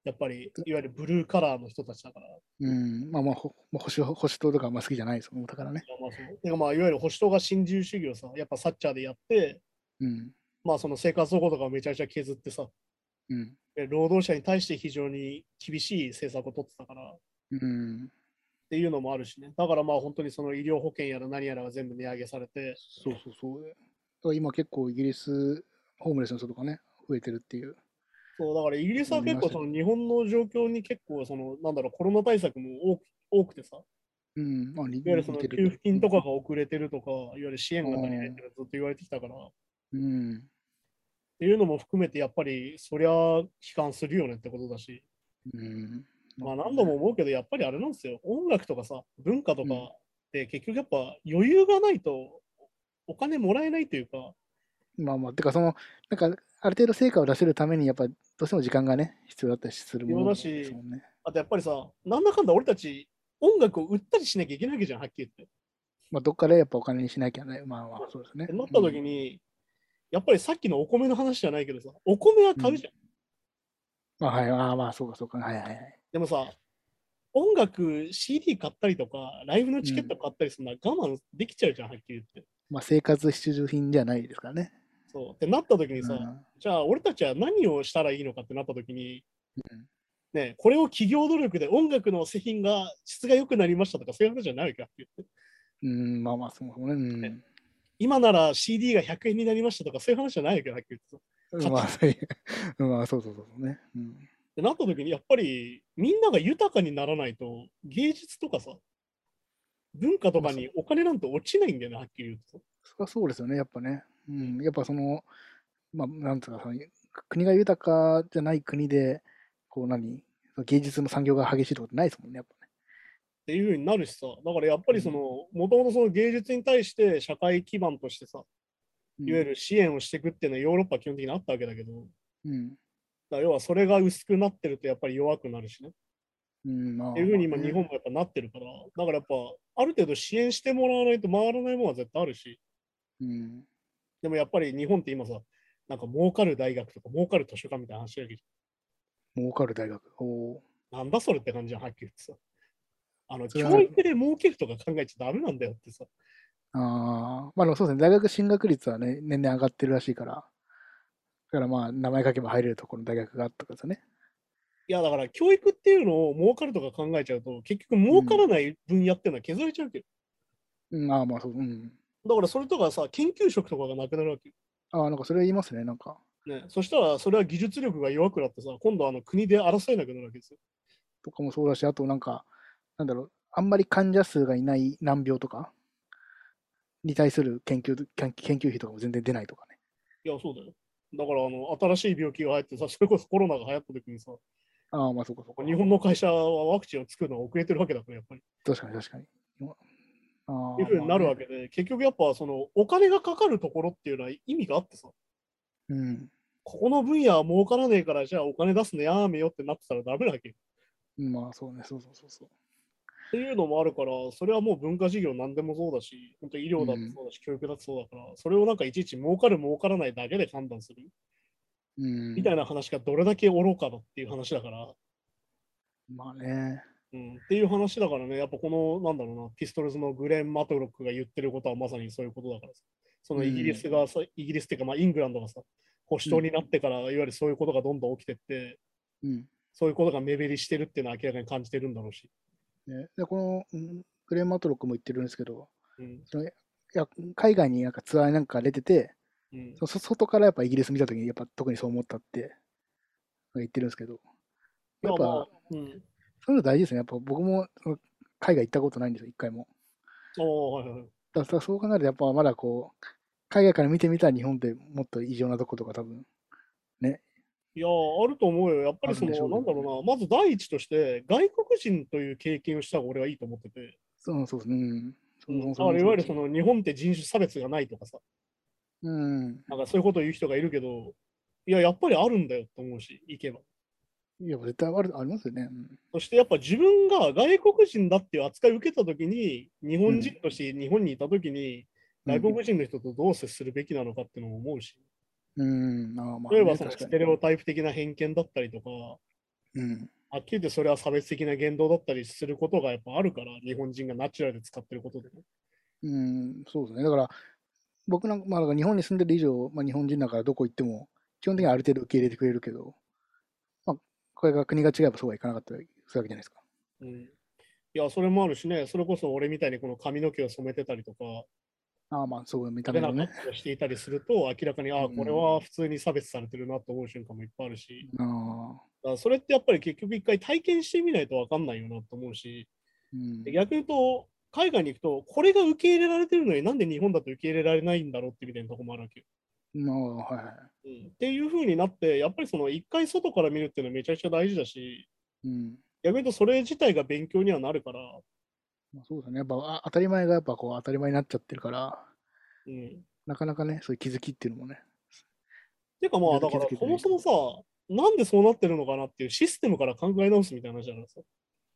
[SPEAKER 2] やっぱりいわゆるブルーカラーの人たちだから、
[SPEAKER 3] うん。まあまあ、ほまあ保守保守党とかあんま好きじゃないですもん、だからね。
[SPEAKER 2] まあそうてかまあいわゆる保守党が新自由主義をさ、やっぱサッチャーでやって、
[SPEAKER 3] うん。
[SPEAKER 2] まあその生活保護とかをめちゃくちゃ削ってさ、
[SPEAKER 3] うん。
[SPEAKER 2] で労働者に対して非常に厳しい政策を取ってたから、
[SPEAKER 3] うん。
[SPEAKER 2] っていうのもあるしね。だからまあ本当にその医療保険やら何やらが全部値上げされて、
[SPEAKER 3] そうそうそう。だから今結構イギリス、ホームレスの人とかね、増えてるっていう。
[SPEAKER 2] そうだからイギリスは結構そ
[SPEAKER 3] 思
[SPEAKER 2] の日本の状況に結構そのなんだろうコロナ対策も多く多くてさ、いわ
[SPEAKER 3] うん。まあ、いわ
[SPEAKER 2] ゆるその給付金とかが遅れてるとか、いわゆる支援が足りないってのはずっと言われてきたから、っ
[SPEAKER 3] うん。
[SPEAKER 2] ていうのも含めてやっぱりそりゃ悲観するよねってことだし、
[SPEAKER 3] うん。
[SPEAKER 2] まあ何度も。思うけどやっぱりあれなんですよ、音楽とかさ、文化とかって結局やっぱ余裕がないとお金もらえないというか、
[SPEAKER 3] まあまあ、てかその、なんか、ある程度成果を出せるために、やっぱ、どうしても時間がね、必要だったりするもの
[SPEAKER 2] 必要だし
[SPEAKER 3] ですもんね。
[SPEAKER 2] あとやっぱりさ、なんだかんだ俺たち音楽を売ったりしなきゃいけないわけじゃん、はっきり言って。
[SPEAKER 3] まあ、どっかでやっぱお金にしなきゃね。まあまあ、そうですね。
[SPEAKER 2] なった時
[SPEAKER 3] うん
[SPEAKER 2] に、やっぱりさっきのお米の話じゃないけどさ、お米は買うじゃん。
[SPEAKER 3] まあ、はい、ああ、まあ、そうか、そうか。はいはいはい。
[SPEAKER 2] でもさ、音楽 CD 買ったりとか、ライブのチケット買ったりするのは我慢できちゃうじゃん、はっきり言って。
[SPEAKER 3] まあ、生活必需品じゃないですからね。
[SPEAKER 2] そう。ってなった時に
[SPEAKER 3] う
[SPEAKER 2] さ、
[SPEAKER 3] ん
[SPEAKER 2] じゃあ俺たちは何をしたらいいのかってなった時に、
[SPEAKER 3] うん
[SPEAKER 2] ね、これを企業努力で音楽の製品が質が良くなりましたとか、そういう話じゃないわけよはっきり言って。
[SPEAKER 3] うん、まあまあ、そうもそもね。うん
[SPEAKER 2] ね今なら CD が100円になりましたとか、そういう話じゃないわけよはっきり言ってさ。
[SPEAKER 3] うん。まあ、そういうまあ、そう そうそうそうね。う
[SPEAKER 2] っ
[SPEAKER 3] ん。
[SPEAKER 2] てなった時にやっぱりみんなが豊かにならないと芸術とかさ文化とかにお金なんて落ちないんだよねはっきり言うと。
[SPEAKER 3] そりゃそうですよね、やっぱね。うん、やっぱその、まあ、なんつうか、その国が豊かじゃない国で、こう何、芸術の産業が激しいとこってないですもんね、やっぱね。
[SPEAKER 2] っていう風になるしさだからやっぱりそのもともとその芸術に対して社会基盤としてさ
[SPEAKER 3] うん
[SPEAKER 2] いわゆる支援をしていくっていうのはヨーロッパは基本的にあったわけだけど
[SPEAKER 3] うん。
[SPEAKER 2] だから要はそれが薄くなってるとやっぱり弱くなるしね。
[SPEAKER 3] うん、まあ。
[SPEAKER 2] っていうふうに今日本もやっぱなってるから、だからやっぱある程度支援してもらわないと回らないものは絶対あるし、
[SPEAKER 3] うん。
[SPEAKER 2] でもやっぱり日本って今さ、なんか儲かる大学とか儲かる図書館みたいな話だけど、
[SPEAKER 3] 儲かる大学。おお
[SPEAKER 2] なんだそれって感じじゃん、はっきり言ってさ。あの
[SPEAKER 3] それは
[SPEAKER 2] 教育で儲けるとか考えちゃダメなんだよってさ。
[SPEAKER 3] ー。ああ。まあでもそうですね。大学進学率はね、年々上がってるらしいから。だからまあ、名前書けば入れるところの大学があったからですね。
[SPEAKER 2] いやだから教育っていうのを儲かるとか考えちゃうと、結局儲からない分野っていうのは削れちゃうけど、
[SPEAKER 3] うん、ああ、まあそう。うん。
[SPEAKER 2] だからそれとかさ、研究職とかがなくなるわけよ。
[SPEAKER 3] ああ、なんかそれは言いますね、なんか。
[SPEAKER 2] ね、そしたらそれは技術力が弱くなってさ、今度はあの国で争えなくなるわけですよ。
[SPEAKER 3] とかもそうだし、あとなんか、なんだろう、あんまり患者数がいない難病とかに対する研究研研究費とかも全然出ないとかね。
[SPEAKER 2] いや、そうだよ。だからあの新しい病気が流行ってさ、それこそコロナが流行った時にさ、
[SPEAKER 3] ああ、まあそうかそうか。
[SPEAKER 2] 日本の会社はワクチンを作るのが遅れてるわけだから、やっぱり。
[SPEAKER 3] 確かに確かに。日本ああ
[SPEAKER 2] いうふうになるわ
[SPEAKER 3] け。
[SPEAKER 2] けで、結局やっぱそのお金がかかるところっていうのは意味があってさ、
[SPEAKER 3] まあねうん。
[SPEAKER 2] ここの分野は儲からねえから、じゃあお金出すのやめよってなってたらダメなわけよ。
[SPEAKER 3] まあそうね、そうそうそうそう。
[SPEAKER 2] っていうのもあるから、それはもう文化事業なんでもそうだし、本当医療だってそうだし、教育だってそうだから、それをなんかいちいち儲かる儲からないだけで判断する
[SPEAKER 3] うん、
[SPEAKER 2] みたいな話がどれだけ愚かだっていう話だから、
[SPEAKER 3] まあね。
[SPEAKER 2] うん、っていう話だからね、やっぱこの、なんだろうな、ピストルズのグレン・マトロックが言ってることはまさにそういうことだからさ、そのイギリスがさ、イギリスっていうか、まあ、イングランドがさ、保守党になってから、いわゆるそういうことがどんどん起きてって、
[SPEAKER 3] うん。
[SPEAKER 2] そういうことが目減りしてるっていうのは明らかに感じてるんだろうし、
[SPEAKER 3] ねで、この、うんグレン・マトロックも言ってるんですけど、
[SPEAKER 2] うん
[SPEAKER 3] そのいや海外になんかツアーなんか出てて、
[SPEAKER 2] うん
[SPEAKER 3] そそ外からやっぱイギリス見たときに、やっぱ特にそう思ったって言ってるんですけど、やっぱ、
[SPEAKER 2] まあまあうん、
[SPEAKER 3] そういうの大事ですね。やっぱ僕もその海外行ったことないんですよ、一回も。
[SPEAKER 2] おーはいはいはい
[SPEAKER 3] だからそう考えると、やっぱまだこう、海外から見てみたら日本ってもっと異常なとことか多分。
[SPEAKER 2] いやーあると思うよ。やっぱりそ
[SPEAKER 3] あるんでしょ
[SPEAKER 2] の、
[SPEAKER 3] うけど
[SPEAKER 2] なんだろうな、まず第一として、外国人という経験をした方が俺はいいと思ってて、
[SPEAKER 3] そうそうそう。うん。そ
[SPEAKER 2] だからいわゆるそ、の日本って人種差別がないとかさ、
[SPEAKER 3] うん。
[SPEAKER 2] なんかそういうことを言う人がいるけど、いや、やっぱりあるんだよと思うし、行けば。
[SPEAKER 3] いや、絶対あるありますよね。うん
[SPEAKER 2] そしてやっぱ自分が外国人だっていう扱いを受けたときに、日本人として日本にいたときに、外国人の人とどう接するべきなのかっていうのも思うし、
[SPEAKER 3] うん。ああまあね、
[SPEAKER 2] 例えばその
[SPEAKER 3] 確
[SPEAKER 2] ス
[SPEAKER 3] か
[SPEAKER 2] テ
[SPEAKER 3] に
[SPEAKER 2] レオタイプ的な偏見だったりとか、
[SPEAKER 3] うん。
[SPEAKER 2] はっきり言ってそれは差別的な言動だったりすることがやっぱあるから、日本人がナチュラルで使ってることでね。
[SPEAKER 3] うん、そうですね。だから、僕なんか、まあ、だから日本に住んでる以上、まあ、日本人だからどこ行っても、基本的にはある程度受け入れてくれるけど、まあ、これが国が違えばそうはいかなかったりするわけじゃないですか。
[SPEAKER 2] うんいや、それもあるしね、それこそ俺みたいにこの髪の毛を染めてたりとか、
[SPEAKER 3] ああ、まあ、そういう見た
[SPEAKER 2] 食べ
[SPEAKER 3] 目
[SPEAKER 2] な
[SPEAKER 3] の
[SPEAKER 2] かっ
[SPEAKER 3] ね。
[SPEAKER 2] たりしていたりすると、明らかに、ああ、
[SPEAKER 3] うん
[SPEAKER 2] これは普通に差別されてるなと思う瞬間もいっぱいあるし、
[SPEAKER 3] ああ、
[SPEAKER 2] だからそれってやっぱり結局一回体験してみないと分かんないよなと思うし、
[SPEAKER 3] うん。
[SPEAKER 2] 逆に言うと、海外に行くと、これが受け入れられてるのになんで日本だと受け入れられないんだろうってみたいなとこもあるわけよ。
[SPEAKER 3] まあ、はいは
[SPEAKER 2] うんっていう風になって、やっぱりその一回外から見るっていうのはめちゃくちゃ大事だし、
[SPEAKER 3] い。うん。
[SPEAKER 2] 逆に言うとそれ自体が勉強にはなるから、
[SPEAKER 3] まあ、そうですね。やっぱあ当たり前がやっぱこう当たり前になっちゃってるから、
[SPEAKER 2] うん、
[SPEAKER 3] なかなかね、そういう気づきっていうのもね。
[SPEAKER 2] てかまあ、
[SPEAKER 3] いろ
[SPEAKER 2] だ
[SPEAKER 3] い
[SPEAKER 2] か
[SPEAKER 3] ろ
[SPEAKER 2] ら
[SPEAKER 3] 気づけ、て
[SPEAKER 2] そ
[SPEAKER 3] ない
[SPEAKER 2] もそもさ、なんでそうなってるのかなっていうシステムから考え直すみたいな話じゃないですか。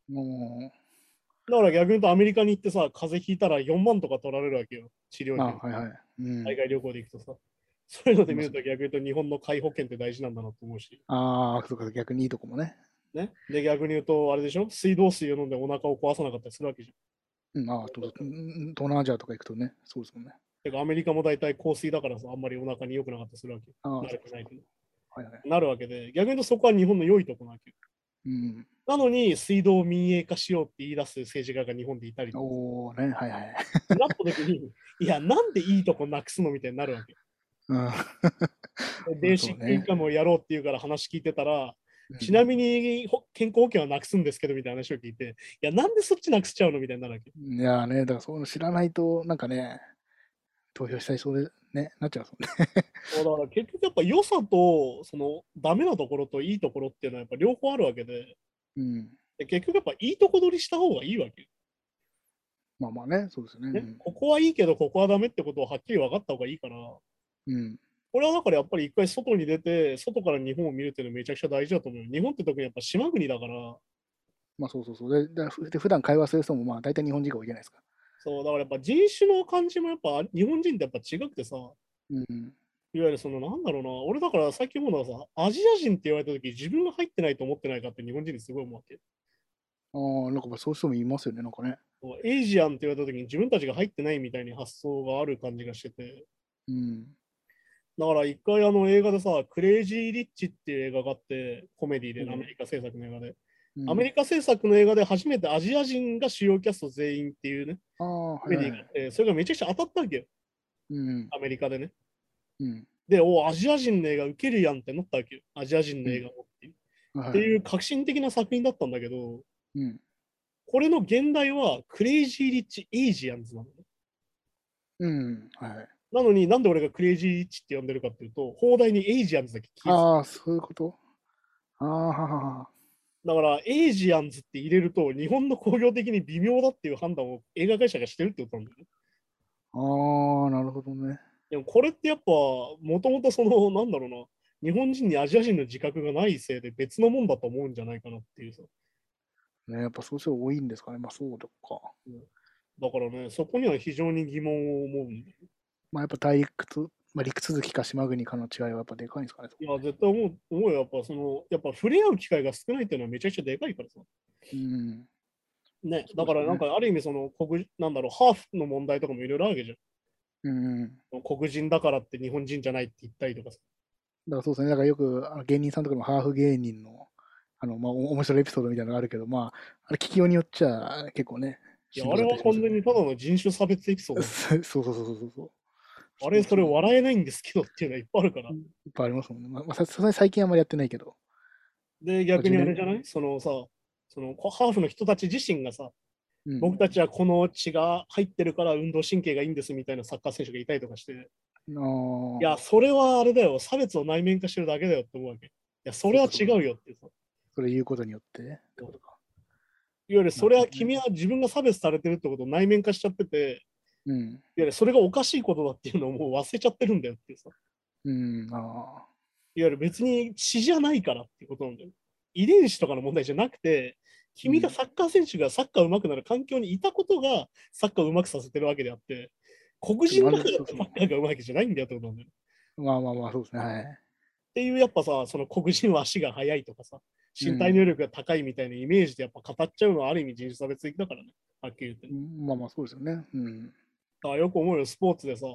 [SPEAKER 3] も
[SPEAKER 2] だから逆に言うと、アメリカに行ってさ、風邪ひいたら4万とか取られるわけよ、治療
[SPEAKER 3] う、
[SPEAKER 2] 費
[SPEAKER 3] ああ、はいはい。うん。
[SPEAKER 2] 海外旅行で行くとさ。そういうので見ると逆に言うと、日本の皆保険って大事なんだなと思うし。
[SPEAKER 3] ああ、そうか、逆にいいとこもね。
[SPEAKER 2] ね。で、逆に言うと、あれでしょ水道水を飲んでお腹を壊さなかったりするわけじゃん。
[SPEAKER 3] うん、ああ、とうん東南アジアとか行くとね、そうですもんね。
[SPEAKER 2] てか、アメリカも大体香水だからさ、あんまりお腹に良くなかったりするわけよ。
[SPEAKER 3] ああ、
[SPEAKER 2] な
[SPEAKER 3] そ
[SPEAKER 2] る
[SPEAKER 3] う
[SPEAKER 2] わけ
[SPEAKER 3] か
[SPEAKER 2] ないけど
[SPEAKER 3] はいはい。
[SPEAKER 2] なるわけで、逆に言うとそこは日本の良いとこなわけよ。
[SPEAKER 3] うん。
[SPEAKER 2] なのに、水道を民営化しようって言い出す政治家が日本でいたりとか
[SPEAKER 3] おおね、はいはい。
[SPEAKER 2] なった時に、 いや、なんでいいとこなくすのみたいになるわけよ。
[SPEAKER 3] うん
[SPEAKER 2] ベーシックインカムをやろうっていうから話聞いてたら、ちな
[SPEAKER 3] に。
[SPEAKER 2] みにほ健康保険はなくすんですけどみたいな話を聞いて、いや、なんでそっちなくしちゃうのみたいになるわけ。
[SPEAKER 3] いやーね、だからそういうの知らないと、なんかね、投票したいそうで、ね、なっちゃうそうね。
[SPEAKER 2] だから結局やっぱ良さと、そのダメなところといいところっていうのはやっぱ両方あるわけで、
[SPEAKER 3] うん。
[SPEAKER 2] で結局やっぱいいとこ取りした方がいいわけよ、
[SPEAKER 3] まあまあね、そうですよね。
[SPEAKER 2] ねここはいいけど、ここはダメってことをはっきり分かった方がいいから、
[SPEAKER 3] うん。うん
[SPEAKER 2] 俺はだからやっぱり一回外に出て、外から日本を見るっていうのめちゃくちゃ大事だと思うよ。日本って特にやっぱ島国だから、
[SPEAKER 3] まあそうそうそう。で、だふで普段会話する人も、まあ大体日本人が多いじゃないですか。
[SPEAKER 2] そう、だからやっぱ人種の感じもやっぱ日本人ってやっぱ違くてさ、
[SPEAKER 3] うん。
[SPEAKER 2] いわゆるそのなんだろうな、俺だからさっき思うのはさ、アジア人って言われた時自分が入ってないと思ってないかって日本人にすごい思うわけ。
[SPEAKER 3] ああ、なんかまあそういう人もいますよね、なんかね。
[SPEAKER 2] そうエイジアンって言われた時に自分たちが入ってないみたいに発想がある感じがしてて、
[SPEAKER 3] うん。
[SPEAKER 2] だから一回あの映画でさ、クレイジー・リッチっていう映画があって、コメディで
[SPEAKER 3] うん
[SPEAKER 2] アメリカ制作の映画で、
[SPEAKER 3] うん、
[SPEAKER 2] アメリカ制作の映画で初めてアジア人が主要キャスト全員っていうね、
[SPEAKER 3] ああ、
[SPEAKER 2] コ
[SPEAKER 3] は
[SPEAKER 2] メ
[SPEAKER 3] いは
[SPEAKER 2] ディ
[SPEAKER 3] い
[SPEAKER 2] が
[SPEAKER 3] は
[SPEAKER 2] あ
[SPEAKER 3] い。
[SPEAKER 2] って、それがめちゃくちゃ当たったわけよ、
[SPEAKER 3] うん。
[SPEAKER 2] アメリカでね。
[SPEAKER 3] うん。
[SPEAKER 2] で、おアジア人の映画受けるやんってなったわけよ、アジア人の映画もっていう。
[SPEAKER 3] は
[SPEAKER 2] って
[SPEAKER 3] い。
[SPEAKER 2] いう革新的な作品だったんだけど、
[SPEAKER 3] うん。
[SPEAKER 2] これの現代はクレイジー・リッチ・エイジアンズなのね。
[SPEAKER 3] うん。はい。
[SPEAKER 2] なのになんで俺がクレイジー・リッチって呼んでるかっていうと、放題にエイジアンズだけ聞いてた
[SPEAKER 3] ああ、そういうことああ、ははは。
[SPEAKER 2] だから、エイジアンズって入れると、日本の工業的に微妙だっていう判断を映画会社がしてるってことなんだよね。
[SPEAKER 3] ああ、なるほどね。
[SPEAKER 2] でも、これってやっぱ、もともとその、なんだろうな、日本人にアジア人の自覚がないせいで別のもんだと思うんじゃないかなっていうさ。
[SPEAKER 3] ね、やっぱそういう人多いんですかね。まあそうだか。
[SPEAKER 2] だからね、そこには非常に疑問を思うんだよ
[SPEAKER 3] まあやっぱ大陸と、まあ陸続きか島国かの違いはやっぱでかいんですかね。
[SPEAKER 2] いや、絶対思う、思うよ。やっぱその、やっぱ触れ合う機会が少ないっていうのはめちゃくちゃでかいからさ。
[SPEAKER 3] うん。
[SPEAKER 2] ね、
[SPEAKER 3] すね
[SPEAKER 2] だからなんかある意味その黒人、なんだろう、ハーフの問題とかもいろいろあるわけじ
[SPEAKER 3] うん。だ
[SPEAKER 2] ゃん。黒人だからって日本人じゃないって言ったりとかさ。
[SPEAKER 3] からそうですね。だからよくあの芸人さんとかのハーフ芸人の、あの、まあお面白いエピソードみたいなのがあるけど、まあ、あれ聞きようによっちゃ結構ね。
[SPEAKER 2] いや、あれは完全
[SPEAKER 3] に。
[SPEAKER 2] にただの人種差別エピソードだよ。
[SPEAKER 3] そうそうそうそうそう。
[SPEAKER 2] あれ、それ笑えないんですけどっていうのはいっぱいあるから
[SPEAKER 3] うん。いっぱいありますもんね。まあまあさすがに最近あんまりやってないけど。
[SPEAKER 2] で、逆にあれじゃないそのさ、そのこハーフの人たち自身がさ、
[SPEAKER 3] うん、
[SPEAKER 2] 僕たちはこの血が入ってるから運動神経がいいんですみたいなサッカー選手がいたりとかして、
[SPEAKER 3] あー
[SPEAKER 2] いや、それはあれだよ、差別を内面化してるだけだよって思うわけ。いや、それは違うよっていうさ。
[SPEAKER 3] それ言うことによってってことか。
[SPEAKER 2] いわゆるそれは
[SPEAKER 3] なるほどね
[SPEAKER 2] 君は自分が差別されてるってことを内面化しちゃってて、
[SPEAKER 3] うん。
[SPEAKER 2] いやそれがおかしいことだっていうのをもう忘れちゃってるんだよっていうさ。いわ
[SPEAKER 3] うん。ああ。
[SPEAKER 2] ゆる別に血じゃないからっていうことなんだよ。遺伝子とかの問題じゃなくて、君が
[SPEAKER 3] うん
[SPEAKER 2] サッカー選手がサッカー上手くなる環境にいたことがサッカー上手くさせてるわけであって、黒人だからサ
[SPEAKER 3] そう
[SPEAKER 2] ッ
[SPEAKER 3] そう
[SPEAKER 2] カーが上手いわけじゃないんだよってことなんだよ。っ
[SPEAKER 3] まあまあまあ、そうですね。はい。
[SPEAKER 2] ていうやっぱさ、その黒人は足が速いとかさ、身体能力が高いみたいなイメージでやっぱ語っちゃうのはある意味人種差別的だからね、はっきり言ってね。
[SPEAKER 3] うんまあまあ、そうですよね。うん。
[SPEAKER 2] だからよく思うよ、スポーツでさ、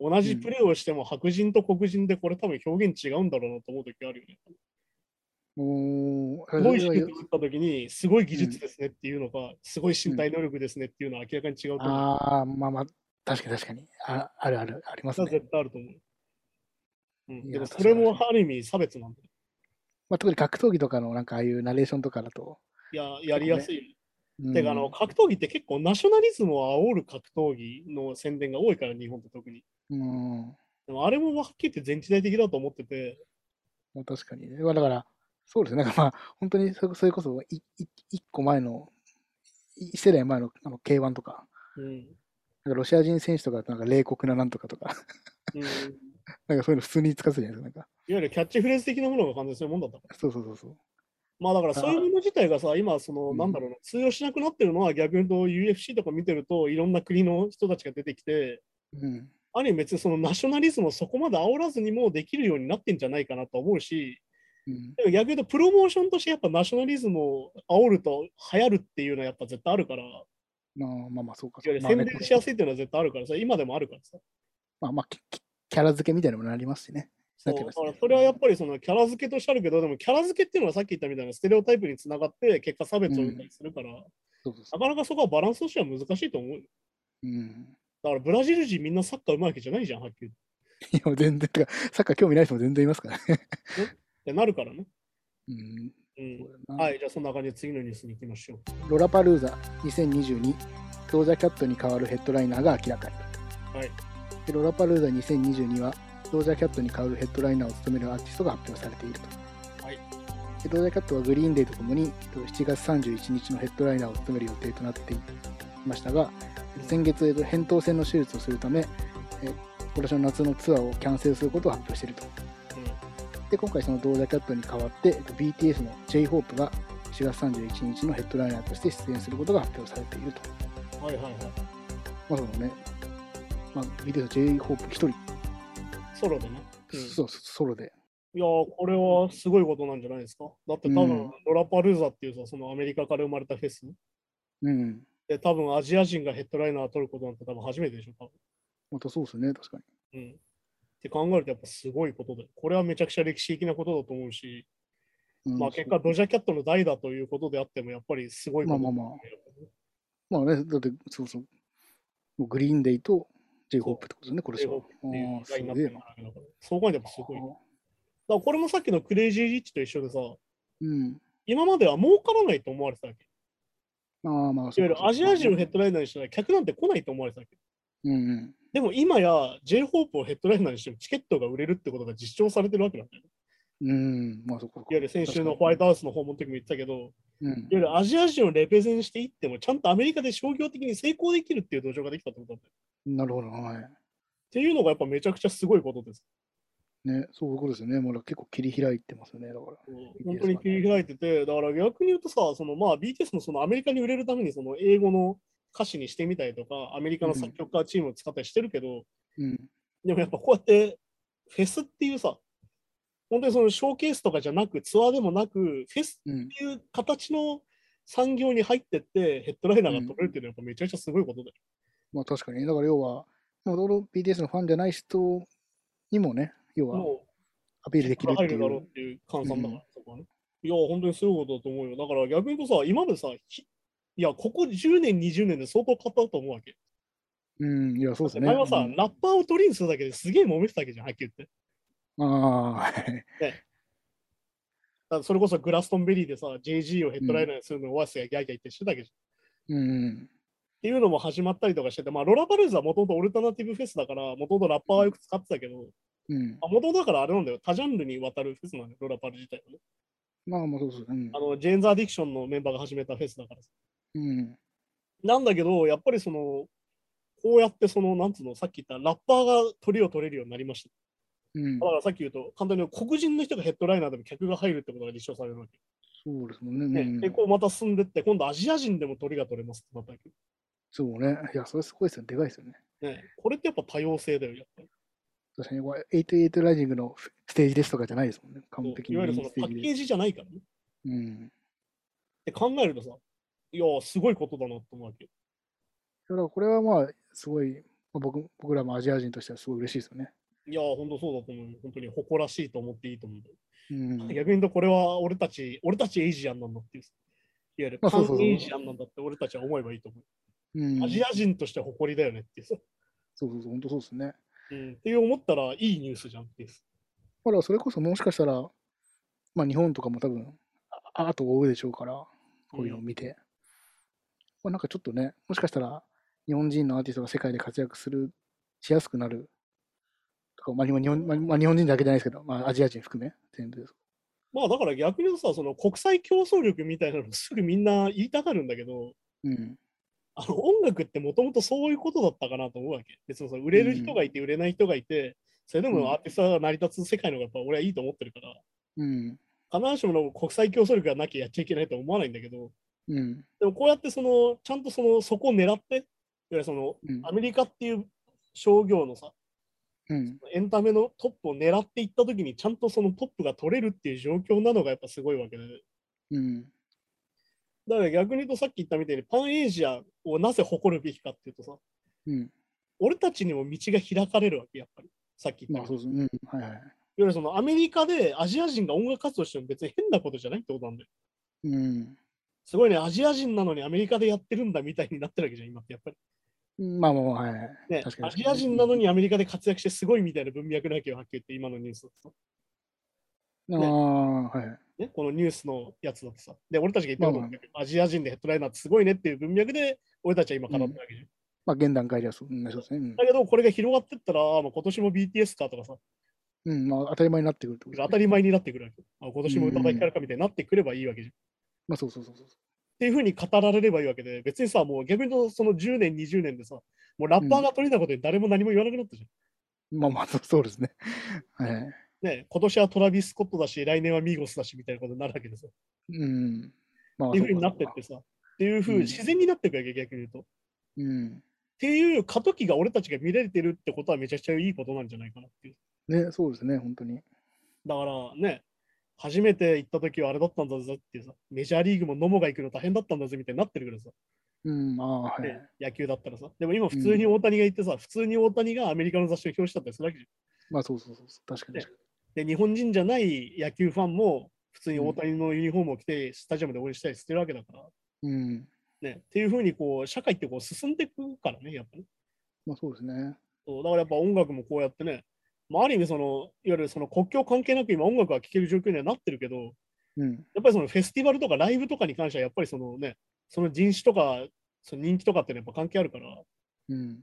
[SPEAKER 2] 同じ
[SPEAKER 3] うん
[SPEAKER 2] プレーをしても白人と黒人でこれ多分表現違うんだろうなと思う時あるよね。
[SPEAKER 3] おー
[SPEAKER 2] すごい
[SPEAKER 3] そ
[SPEAKER 2] シュー
[SPEAKER 3] れ は
[SPEAKER 2] ト打った時に、すごい技術ですねっていうのか、すごい身体能力ですねっていうのは明らかに違うと思う。
[SPEAKER 3] ああ、まあまあ、確かに確かに。ああるある、ありま
[SPEAKER 2] そ
[SPEAKER 3] す
[SPEAKER 2] れは
[SPEAKER 3] ね。
[SPEAKER 2] 絶対あると思う。うん、
[SPEAKER 3] いや
[SPEAKER 2] でもそれも
[SPEAKER 3] 確か
[SPEAKER 2] ある意味差別なんだよ。
[SPEAKER 3] まあ、特に格闘技とかの、なんかああいうナレーションとかだと。
[SPEAKER 2] いや、やりやすいよね。
[SPEAKER 3] うん
[SPEAKER 2] てかあの、格闘技って結構ナショナリズムを煽る格闘技の宣伝が多いから、日本って特に。
[SPEAKER 3] うん。ま
[SPEAKER 2] でもあれもはっきり言って全時代的だと思ってて、
[SPEAKER 3] あ確かにね。まあ、だから、そうですね。なんかまあ、本当にそれそれこそい、い一個前の、い一世代前のあの K1 とか、
[SPEAKER 2] うん。
[SPEAKER 3] なんかロシア人選手とか、なんか冷酷ななんとかとか、
[SPEAKER 2] うん、いわ
[SPEAKER 3] なんかそういうの普通に使ってたじゃないですか。なんか
[SPEAKER 2] ゆるキャッチフレーズ的なものが完全にそういうもんだったから。
[SPEAKER 3] そうそうそうそう。
[SPEAKER 2] まあだから
[SPEAKER 3] あ
[SPEAKER 2] そういうもの自体がさ、今、その、
[SPEAKER 3] うん
[SPEAKER 2] なんだろうな、通用しなくなってるのは逆に言うと UFC とか見てると、いろんな国の人たちが出てきて、
[SPEAKER 3] うん。
[SPEAKER 2] ある意味別にそのナショナリズムをそこまで煽らずにもうできるようになってんじゃないかなと思うし、
[SPEAKER 3] うん。
[SPEAKER 2] でも逆に言うとプロモーションとしてやっぱナショナリズムを煽ると流行るっていうのはやっぱ絶対あるから、いわ
[SPEAKER 3] まあまあまあ、そうか。そう
[SPEAKER 2] ゆる
[SPEAKER 3] まあね
[SPEAKER 2] 宣伝しやすいっていうのは絶対あるからさ、今でもあるからさ。
[SPEAKER 3] まあまあ、ききキャラ付けみたいなのもなりますしね。
[SPEAKER 2] そう
[SPEAKER 3] なって
[SPEAKER 2] だか
[SPEAKER 3] ますね
[SPEAKER 2] らそれはやっぱりそのキャラ付けとしてあるけど、でもキャラ付けっていうのはさっき言ったみたいなステレオタイプにつながって結果差別を生んだりするから、
[SPEAKER 3] そうそうそ
[SPEAKER 2] なかなかそこはバランスとしては難しいと思うよ。
[SPEAKER 3] う。うん。
[SPEAKER 2] だからブラジル人みんなサッカーうまいわけじゃないじゃん、はっきり言っ
[SPEAKER 3] いや、全然、てか、サッカー興味ない人も全然いますからね。
[SPEAKER 2] て。ってなるからね。
[SPEAKER 3] うん。
[SPEAKER 2] うん。
[SPEAKER 3] は。
[SPEAKER 2] はいい、じゃあそんな感じで次のニュースに行きましょう。
[SPEAKER 3] ロラパルーザ2022、ドージャキャットに代わるヘッドライナーが明らかに。
[SPEAKER 2] はい。
[SPEAKER 3] でロラパルーザ2022は、ドージャキャットに代わるヘッドライナーを務めるアーティストが発表されていると。
[SPEAKER 2] はい
[SPEAKER 3] で。ドージャキャットはグリーンデーとともに、えっと7月31日のヘッドライナーを務める予定となっていましたが、先月、えっと扁桃腺の手術をするため、え今年の夏のツアーをキャンセルすることを発表していると。で、今回そのドージャキャットに代わって、えっと BTS の J-Hope が4月31日のヘッドライナーとして出演することが発表されていると。
[SPEAKER 2] うんはいはいはい。
[SPEAKER 3] まあ、そのね、まあ、BTS の J-Hope 一人、
[SPEAKER 2] ソロでね。うん
[SPEAKER 3] そう、ソロで。
[SPEAKER 2] いやー、これはすごいことなんじゃないですか。だって多
[SPEAKER 3] う
[SPEAKER 2] 分
[SPEAKER 3] ん、
[SPEAKER 2] ロラパルーザっていうさ、そのアメリカから生まれたフェス。
[SPEAKER 3] うん。
[SPEAKER 2] で、多分アジア人がヘッドライナーを取ることなんて多分初めてでしょ、多
[SPEAKER 3] またそうですね、確かに。
[SPEAKER 2] 分。うん。って考えるとやっぱすごいことで、これはめちゃくちゃ歴史的なことだと思うし、
[SPEAKER 3] うん
[SPEAKER 2] まあ結果、ドジャキャットの代だということであっても、やっぱりすごいこと
[SPEAKER 3] まあまあまあまあね、だって、そうそう。もうグリーンデイと J-Hope ってことですね、これ
[SPEAKER 2] J-Hope っていうラインナップになる
[SPEAKER 3] な。
[SPEAKER 2] わけだから。そう考えてもすごい。だからこれもさっきのクレイジーリッチと一緒でさ、
[SPEAKER 3] うん。
[SPEAKER 2] 今までは儲からないと思われてたわけ。
[SPEAKER 3] ああ、まあ、
[SPEAKER 2] いわゆるアジア人をヘッドライナーにしたら客なんて来ないと思われてたわけ。
[SPEAKER 3] うんうん。
[SPEAKER 2] でも今や J-Hope をヘッドライナーにしてもチケットが売れるってことが実証されてるわけなんだよね。
[SPEAKER 3] うん、まあそこか
[SPEAKER 2] いわゆる先週のホワイトハウスの訪問の時も言ってたけど、いわ
[SPEAKER 3] うん
[SPEAKER 2] ゆるアジア人をレペゼンしていっても、ちゃんとアメリカで商業的に成功できるっていう土壌ができたってことなんだよ。
[SPEAKER 3] なるほど、はい。
[SPEAKER 2] っていうのがやっぱめちゃくちゃすごいことです。
[SPEAKER 3] ね、そういうことですよね。もう結構切り開いてますよね、だから。
[SPEAKER 2] 本当に切り開いてて、だから逆に言うとさ、そのまあ BTS もそのアメリカに売れるためにその英語の歌詞にしてみたりとか、アメリカの作曲家チームを使ったりしてるけど、
[SPEAKER 3] うん。
[SPEAKER 2] でもやっぱこうやってフェスっていうさ、本当にそのショーケースとかじゃなく、ツアーでもなく、フェス
[SPEAKER 3] うん
[SPEAKER 2] っ。ていう形の産業に入ってって、ヘッドライナーが取れるっていうのはやっぱめちゃめちゃすごいことだよ。
[SPEAKER 3] まあ確かに、だから要は、もともと BTS のファンじゃない人にもね、要は
[SPEAKER 2] も
[SPEAKER 3] アピールでき
[SPEAKER 2] う、
[SPEAKER 3] るって
[SPEAKER 2] 入
[SPEAKER 3] い
[SPEAKER 2] るだろうっ
[SPEAKER 3] う。
[SPEAKER 2] ていう換算だから、そこはね。いや、本当にすごいことだと思うよ。だから逆に言うとさ、今までさ、ひいや、ここ10年、20年で相当変わったと思うわけ。
[SPEAKER 3] うん、いや、そうですね。
[SPEAKER 2] 前はさ、
[SPEAKER 3] うん
[SPEAKER 2] ラッパーを取りにするだけですげえ揉めてたわけじゃん、はっきり言って。
[SPEAKER 3] ああ、
[SPEAKER 2] だからそれこそグラストンベリーでさ、JG をヘッドライナーにするのをオアシスがギャーギャー言ってしてたわけじゃん
[SPEAKER 3] うん。
[SPEAKER 2] っていうのも始まったりとかしてて、まあ、ロラパルーズはもともとオルタナティブフェスだから、もともとラッパーはよく使ってたけど、
[SPEAKER 3] うん。
[SPEAKER 2] もともとだからあれなんだよ、多ジャンルにわたるフェスなんだよ、ロラパル自体はね。
[SPEAKER 3] まあまあそうですね。うん
[SPEAKER 2] あの、ジェーンズ・アディクションのメンバーが始めたフェスだからさ。
[SPEAKER 3] うん。
[SPEAKER 2] なんだけど、やっぱりその、こうやってその、なんつうの、さっき言ったラッパーが鳥を取れるようになりました。
[SPEAKER 3] うん
[SPEAKER 2] だ。からさっき言うと、簡単に黒人の人がヘッドライナーでも客が入るってことが立証されるわけ。
[SPEAKER 3] そうですもんね。
[SPEAKER 2] ね
[SPEAKER 3] うん
[SPEAKER 2] で、こうまた進んでって、今度アジア人でも鳥が取れますってなったわけ。
[SPEAKER 3] そうね。いや、それすごいですよね。でかいですよね。
[SPEAKER 2] ね、これってやっぱ多様性だよ、やっぱり。
[SPEAKER 3] 確かに、これ88ライジングのステージですとかじゃないですもんね。完
[SPEAKER 2] い
[SPEAKER 3] 璧に
[SPEAKER 2] わゆるそ
[SPEAKER 3] メイン
[SPEAKER 2] の
[SPEAKER 3] ステ
[SPEAKER 2] パ
[SPEAKER 3] ージ
[SPEAKER 2] ッ
[SPEAKER 3] で
[SPEAKER 2] ケージじゃないからね。
[SPEAKER 3] うん。
[SPEAKER 2] って考えるとさ、いやー、すごいことだなと思うわけ。
[SPEAKER 3] だからこれはまあ、すごい、まあ僕僕らもアジア人としてはすごい嬉しいですよね。
[SPEAKER 2] いやー、本当そうだと思うよ。本当に誇らしいと思っていいと思うよ。
[SPEAKER 3] うん、
[SPEAKER 2] 逆に言うと、これは俺たち、俺たちエイジアンなんだっていう。いわゆる
[SPEAKER 3] まあ
[SPEAKER 2] パン
[SPEAKER 3] そうそうそう
[SPEAKER 2] エイジアンなんだって俺たちは思えばいいと思う。
[SPEAKER 3] うん、
[SPEAKER 2] アジア人として誇りだよねっていうさ、
[SPEAKER 3] そうそうそう、本当そうですね。
[SPEAKER 2] うん。っていう思ったらいいニュースじゃんっていう。
[SPEAKER 3] だからそれこそもしかしたら、まあ日本とかも多分、ああと追うでしょうから、こういうのを見て。まあなんかちょっとね、もしかしたら日本人のアーティストが世界で活躍する、しやすくなる。とかまあ、日本日本まあまあ、日本人だけじゃないですけど、まあ、アジア人含め、全部です。
[SPEAKER 2] まあだから逆に言うとさ、その国際競争力みたいなのすぐみんな言いたがるんだけど、
[SPEAKER 3] うん。
[SPEAKER 2] あの音楽ってもともとそういうことだったかなと思うわけ。別にさ売れる人がいて売れない人がいて、それで
[SPEAKER 3] うん
[SPEAKER 2] もアーティストが成り立つ世界の方がやっぱ俺はいいと思ってるから、
[SPEAKER 3] うん。
[SPEAKER 2] 必ずしもなんか国際競争力がなきゃやっちゃいけないとは思わないんだけど、
[SPEAKER 3] うん。
[SPEAKER 2] でもこうやってそのちゃんとそのそこを狙って、いわゆるその
[SPEAKER 3] うん
[SPEAKER 2] アメリカっていう商業のさ、
[SPEAKER 3] うん。
[SPEAKER 2] エンタメのトップを狙っていったときに、ちゃんとそのトップが取れるっていう状況なのがやっぱすごいわけで、
[SPEAKER 3] うん。
[SPEAKER 2] だから逆に言うとさっき言ったみたいに、パンエイジアをなぜ誇るべきかっていうとさ、
[SPEAKER 3] うん。
[SPEAKER 2] 俺たちにも道が開かれるわけ、やっぱり。さっき言
[SPEAKER 3] ま
[SPEAKER 2] っ
[SPEAKER 3] あ
[SPEAKER 2] た
[SPEAKER 3] そうですね。うん。はいはい。
[SPEAKER 2] いわゆるそのアメリカでアジア人が音楽活動しても別に変なことじゃないってことなんだよ。
[SPEAKER 3] うん。
[SPEAKER 2] すごいね、アジア人なのにアメリカでやってるんだみたいになってるわけじゃん、今ってやっぱり。
[SPEAKER 3] まあまあまあ、はいはい。
[SPEAKER 2] ね、
[SPEAKER 3] 確か
[SPEAKER 2] ア
[SPEAKER 3] に確
[SPEAKER 2] ジ
[SPEAKER 3] かに
[SPEAKER 2] ア人なのにアメリカで活躍してすごいみたいな文脈なわけよ、はっきり言って、今のニュースだとさ、
[SPEAKER 3] ああ、はいはい。
[SPEAKER 2] ね。このニュースのやつだとさ。で、俺たちが言ってることなんだけど、アジア人でヘッドライナーってすごいねっていう文脈で、俺たちは今語ってるわけじゃん。
[SPEAKER 3] まあ現段階ではそううんそうですね。うん
[SPEAKER 2] だけど、これが広がってったら、あもう今年も BTS かとかさ、
[SPEAKER 3] うん、まあ当たり前になってくるってことですね
[SPEAKER 2] 当たり前になってくるわけ。あ今年も歌だけかるかみたいになってくればいいわけじゃん。
[SPEAKER 3] まあそうそうそうそう。
[SPEAKER 2] っていうふうに語られればいいわけで、別にさ、もう逆に言うとその10年、20年でさ、もうラッパーが取れたことに誰も何も言わなくなったじゃん。
[SPEAKER 3] まあまあ、そうそうですね。 はい。
[SPEAKER 2] ね、今年はトラビス・スコットだし、来年はミーゴスだしみたいなことになるわけですよ。
[SPEAKER 3] うん。まあ、
[SPEAKER 2] っていうふう
[SPEAKER 3] そ
[SPEAKER 2] に
[SPEAKER 3] か
[SPEAKER 2] なってっ
[SPEAKER 3] そ
[SPEAKER 2] てさ、っていうふう
[SPEAKER 3] うん
[SPEAKER 2] に自然になっていくわけ、逆に言うと。っ
[SPEAKER 3] うかうん。
[SPEAKER 2] ていう過渡期が俺たちが見れてるってことはめちゃくちゃいいことなんじゃないかなっていう。
[SPEAKER 3] ね、そうですね、本当に。
[SPEAKER 2] だからね、初めて行った時はあれだったんだぜっていうさ、メジャーリーグも野茂が行くの大変だったんだぜみたいになってるからさ、
[SPEAKER 3] うん、ああ、はい。
[SPEAKER 2] ね野球だったらさ。でも今普通に大谷が行ってさ、普通に大谷がアメリカの雑誌を表紙だったりするわけじ
[SPEAKER 3] まあ、そうそうそうそう。確かに
[SPEAKER 2] ね
[SPEAKER 3] 確か
[SPEAKER 2] ゃん。で、日本人じゃない野球ファンも普通に大谷のユニフォームを着てスタジアムで応援したりしてるわけだから。
[SPEAKER 3] に。うん。
[SPEAKER 2] ね、っていうふうにこう社会ってこう進んでいくからね、やっぱね。
[SPEAKER 3] まあ、そうですね。
[SPEAKER 2] そうだからやっぱ音楽もこうやってね、まあ、ある意味その、いわゆるその国境関係なく今音楽は聴ける状況にはなってるけど、
[SPEAKER 3] うん。
[SPEAKER 2] やっぱりそのフェスティバルとかライブとかに関しては、やっぱりそのね、その人種とか、その人気とかっていうのはやっぱ関係あるから、っ
[SPEAKER 3] うん。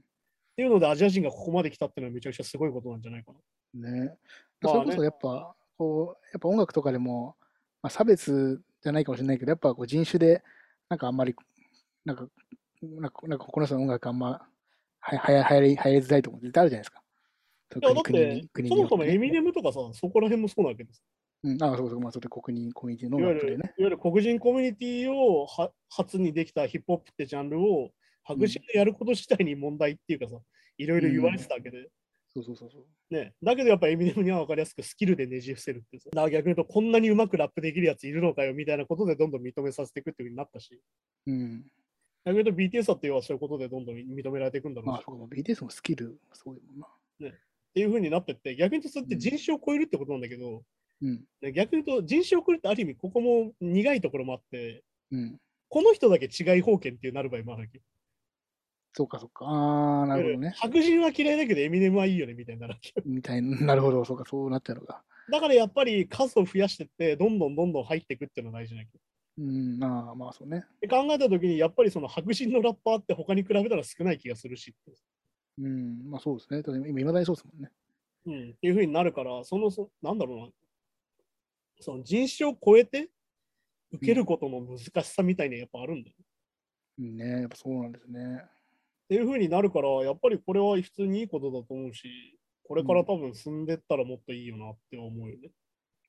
[SPEAKER 2] ていうのでアジア人がここまで来たっていうのはめちゃくちゃすごいことなんじゃないかな。
[SPEAKER 3] ね。
[SPEAKER 2] まあ
[SPEAKER 3] それこ
[SPEAKER 2] ね
[SPEAKER 3] そやっぱ、こう、やっぱ音楽とかでも、まあ、差別じゃないかもしれないけど、やっぱこう人種で、なんかあんまり、なんか、なんか、なんかこの人の音楽あんま、ははやはやり、はやりづらいとこ絶対あるじゃないですか。
[SPEAKER 2] いやだっ
[SPEAKER 3] 国に
[SPEAKER 2] て、
[SPEAKER 3] 国
[SPEAKER 2] そ
[SPEAKER 3] によ
[SPEAKER 2] も
[SPEAKER 3] っ
[SPEAKER 2] そ
[SPEAKER 3] て
[SPEAKER 2] も
[SPEAKER 3] ね
[SPEAKER 2] エミネムとかさ、そこら辺もそうなわけです。
[SPEAKER 3] うん、ああ、そうそう、まあ、それ国人コミュニティの
[SPEAKER 2] いわゆ
[SPEAKER 3] 音楽
[SPEAKER 2] るい
[SPEAKER 3] で
[SPEAKER 2] わ
[SPEAKER 3] ね。
[SPEAKER 2] ゆる黒人コミュニティをは初にできたヒップホップってジャンルを白人でやること自体に問題っていうかさ、いろいろ言われてたわけで、
[SPEAKER 3] そうそうそうそう。
[SPEAKER 2] ね、だけどやっぱエミネムには分かりやすくスキルでねじ伏せるってさだから逆に言うとこんなにうまくラップできるやついるのかよみたいなことでどんどん認めさせていくっていうふうになったし
[SPEAKER 3] うん。
[SPEAKER 2] 逆に言うと BTS だって要はそういうことでどんどん認められていくんだろう
[SPEAKER 3] まあ
[SPEAKER 2] し、、
[SPEAKER 3] そうか、BTS もスキル、そうだもんな。
[SPEAKER 2] っていうふうになってって逆に言うとそれって人種を超えるってことなんだけど、
[SPEAKER 3] うん。
[SPEAKER 2] ね逆に言うと人種を超えるってある意味ここも苦いところもあって
[SPEAKER 3] うん。
[SPEAKER 2] この人だけ違い方権っていうなる場合もあるわけ
[SPEAKER 3] そうか、そうか。ああ、なるほどね。
[SPEAKER 2] 白人は嫌いだけどエミネムはいいよねみたいになるわけよ
[SPEAKER 3] みたいな、 なるほど、そうか、そうなっちゃうのか。
[SPEAKER 2] だからやっぱり数を増やしてってどんどんどんどん入っていくっていうのが大事なわけ
[SPEAKER 3] うん、まあ、まあ、そうね。
[SPEAKER 2] で考えた時にやっぱりその白人のラッパーって他に比べたら少ない気がするしって,、
[SPEAKER 3] うん、まあそうですね。だって今、いまだにそうですもんね。
[SPEAKER 2] うん、っていうふうになるからそのそなんだろうなその人種を超えて受けることの難しさみたいなやっぱあるんだよ、
[SPEAKER 3] うんね、やっぱそうなんですね。
[SPEAKER 2] っていうふうになるからやっぱりこれは普通にいいことだと思うしこれから多分進んでったらもっといいよなって思うよね、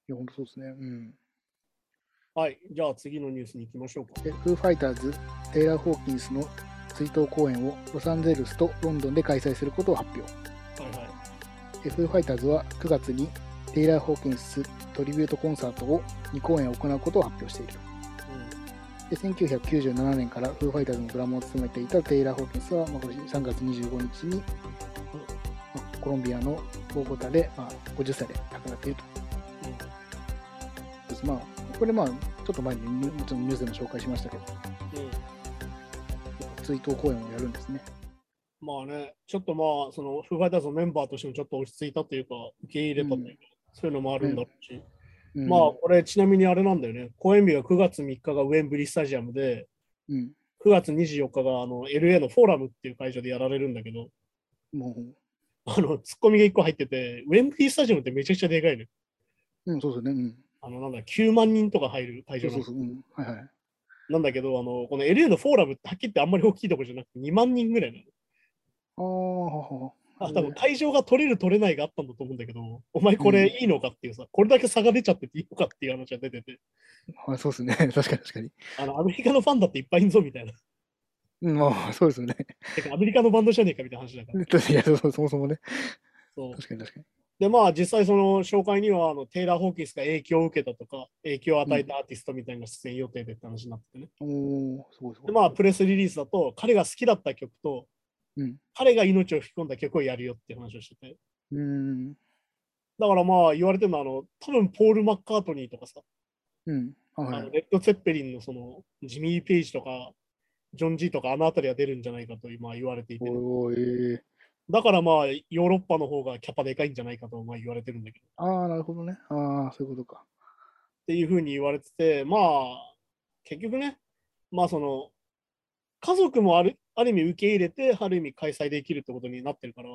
[SPEAKER 3] いや、本当そうですね。うん。
[SPEAKER 2] はいじゃあ次のニュースに行きましょうか
[SPEAKER 3] で、フーファイターズ、テイラー・ホーキンスの追悼公演をロサンゼルスとロンドンで開催することを発表。
[SPEAKER 2] はいはい
[SPEAKER 3] でフーファイターズは9月にテイラー・ホーキンストリビュートコンサートを2公演行うことを発表している。で1997年からフーファイターズのドラムを務めていたテイラー・ホーキンスは、まあ、今年3月25日にまあコロンビアのボゴタで、まあ、50歳で亡くなっていると。
[SPEAKER 2] うんうん
[SPEAKER 3] です。まあ、これまあ、ちょっと前にニュもちろんニュースでも紹介しましたけど、
[SPEAKER 2] うん
[SPEAKER 3] 追悼公演をやるんですね。
[SPEAKER 2] まあね、ちょっとまあ、その、フーファイターズのメンバーとしてもちょっと落ち着いたというか、受け入れたというか、そういうのもあるんだろうし、
[SPEAKER 3] うん、
[SPEAKER 2] まあ、これ、ちなみにあれなんだよね、公演日が9月3日がウェンブリースタジアムで、
[SPEAKER 3] うん、
[SPEAKER 2] 9月24日があの LA のフォーラムっていう会場でやられるんだけど、
[SPEAKER 3] も
[SPEAKER 2] あの、ツッコミが1個入ってて、ウェンブリースタジアムってめちゃくちゃでかいね。
[SPEAKER 3] う、うん、そうですよね。うん。
[SPEAKER 2] あの、なんだ、9万人とか入る会
[SPEAKER 3] そ
[SPEAKER 2] 場
[SPEAKER 3] う
[SPEAKER 2] なん
[SPEAKER 3] そ
[SPEAKER 2] だ
[SPEAKER 3] うそう。うん、はいはい。
[SPEAKER 2] なんだけど、あの、この LA のフォーラムってはっきり言ってあんまり大きいとこじゃなくて2万人ぐらいなの。
[SPEAKER 3] ああ、
[SPEAKER 2] あ多分会場が取れる取れないがあったんだと思うんだけど、お前これいいのかっていうさ、これだけ差が出ちゃってていいのかっていう話が出てて、
[SPEAKER 3] あ、そうですね。 確かに確かに。
[SPEAKER 2] あのアメリカのファンだっていっぱいいんぞみたいな。
[SPEAKER 3] うん、まあ、そうですよね。
[SPEAKER 2] てかアメリカのバンドじゃねえかみたいな話だから。
[SPEAKER 3] いや、そうそうそもそもね。
[SPEAKER 2] そう
[SPEAKER 3] 確かに確かに。
[SPEAKER 2] で、まあ実際その紹介にはあのテイラー・ホーキンスが影響を受けたとか、影響を与えたアーティストみたいな出演予定でって話になっててね。
[SPEAKER 3] おお、すごいすごい。
[SPEAKER 2] で、まあプレスリリースだと、彼が好きだった曲と、
[SPEAKER 3] うん。
[SPEAKER 2] 彼が命を吹き込んだ曲をやるよっていう話をしてて。
[SPEAKER 3] うん。
[SPEAKER 2] だからまあ言われてるのは、あの、多分ポール・マッカートニーとかさ、
[SPEAKER 3] うん。あは
[SPEAKER 2] あの
[SPEAKER 3] い。
[SPEAKER 2] レッド・ツェッペリンのそのジミー・ペイジとかジョン・ジーとかあの辺りは出るんじゃないかと今言われていて、
[SPEAKER 3] おーおー、ええ
[SPEAKER 2] だからまあヨーロッパの方がキャパでかいんじゃないかとまあ言われてるんだけど、っ
[SPEAKER 3] ああ、なるほどね。ああ、そういうことか。
[SPEAKER 2] ていうふうに言われてて、まあ結局ね、まあその家族もあるある意味受け入れて、ある意味開催できるってことになってるから、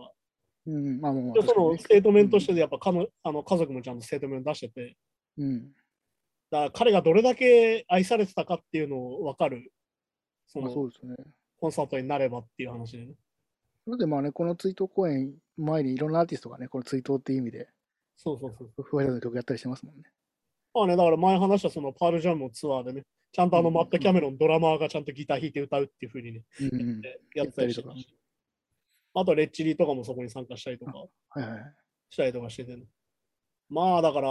[SPEAKER 3] うん。まあまあまあ。
[SPEAKER 2] でもその
[SPEAKER 3] 確
[SPEAKER 2] ス
[SPEAKER 3] か
[SPEAKER 2] テ
[SPEAKER 3] に
[SPEAKER 2] ートメントとしてやっぱかのあの家族もちゃんとステートメント出してて、
[SPEAKER 3] う
[SPEAKER 2] だ
[SPEAKER 3] ん。
[SPEAKER 2] から彼がどれだけ愛されてたかっていうのを分かる、そ
[SPEAKER 3] まあ、そ
[SPEAKER 2] の
[SPEAKER 3] うですよね。
[SPEAKER 2] コンサートになればっていう話でね。
[SPEAKER 3] なのでまあね、この追悼公演、前にいろんなアーティストがね、この追悼っていう意味で、
[SPEAKER 2] そうそうそう。
[SPEAKER 3] フワイドの曲やったりしてますもんね。
[SPEAKER 2] まあね、だから前話したそのパールジャムのツアーでね、ちゃんとあの
[SPEAKER 3] うん
[SPEAKER 2] マット・キャメロン、ドラマーがちゃんとギター弾いて歌うっていう風にね、
[SPEAKER 3] うんうん。
[SPEAKER 2] やってたりとか
[SPEAKER 3] やったり。
[SPEAKER 2] あと、レッチリとかもそこに参加したりとか
[SPEAKER 3] はいはい。
[SPEAKER 2] したりとかしててね、まあだから、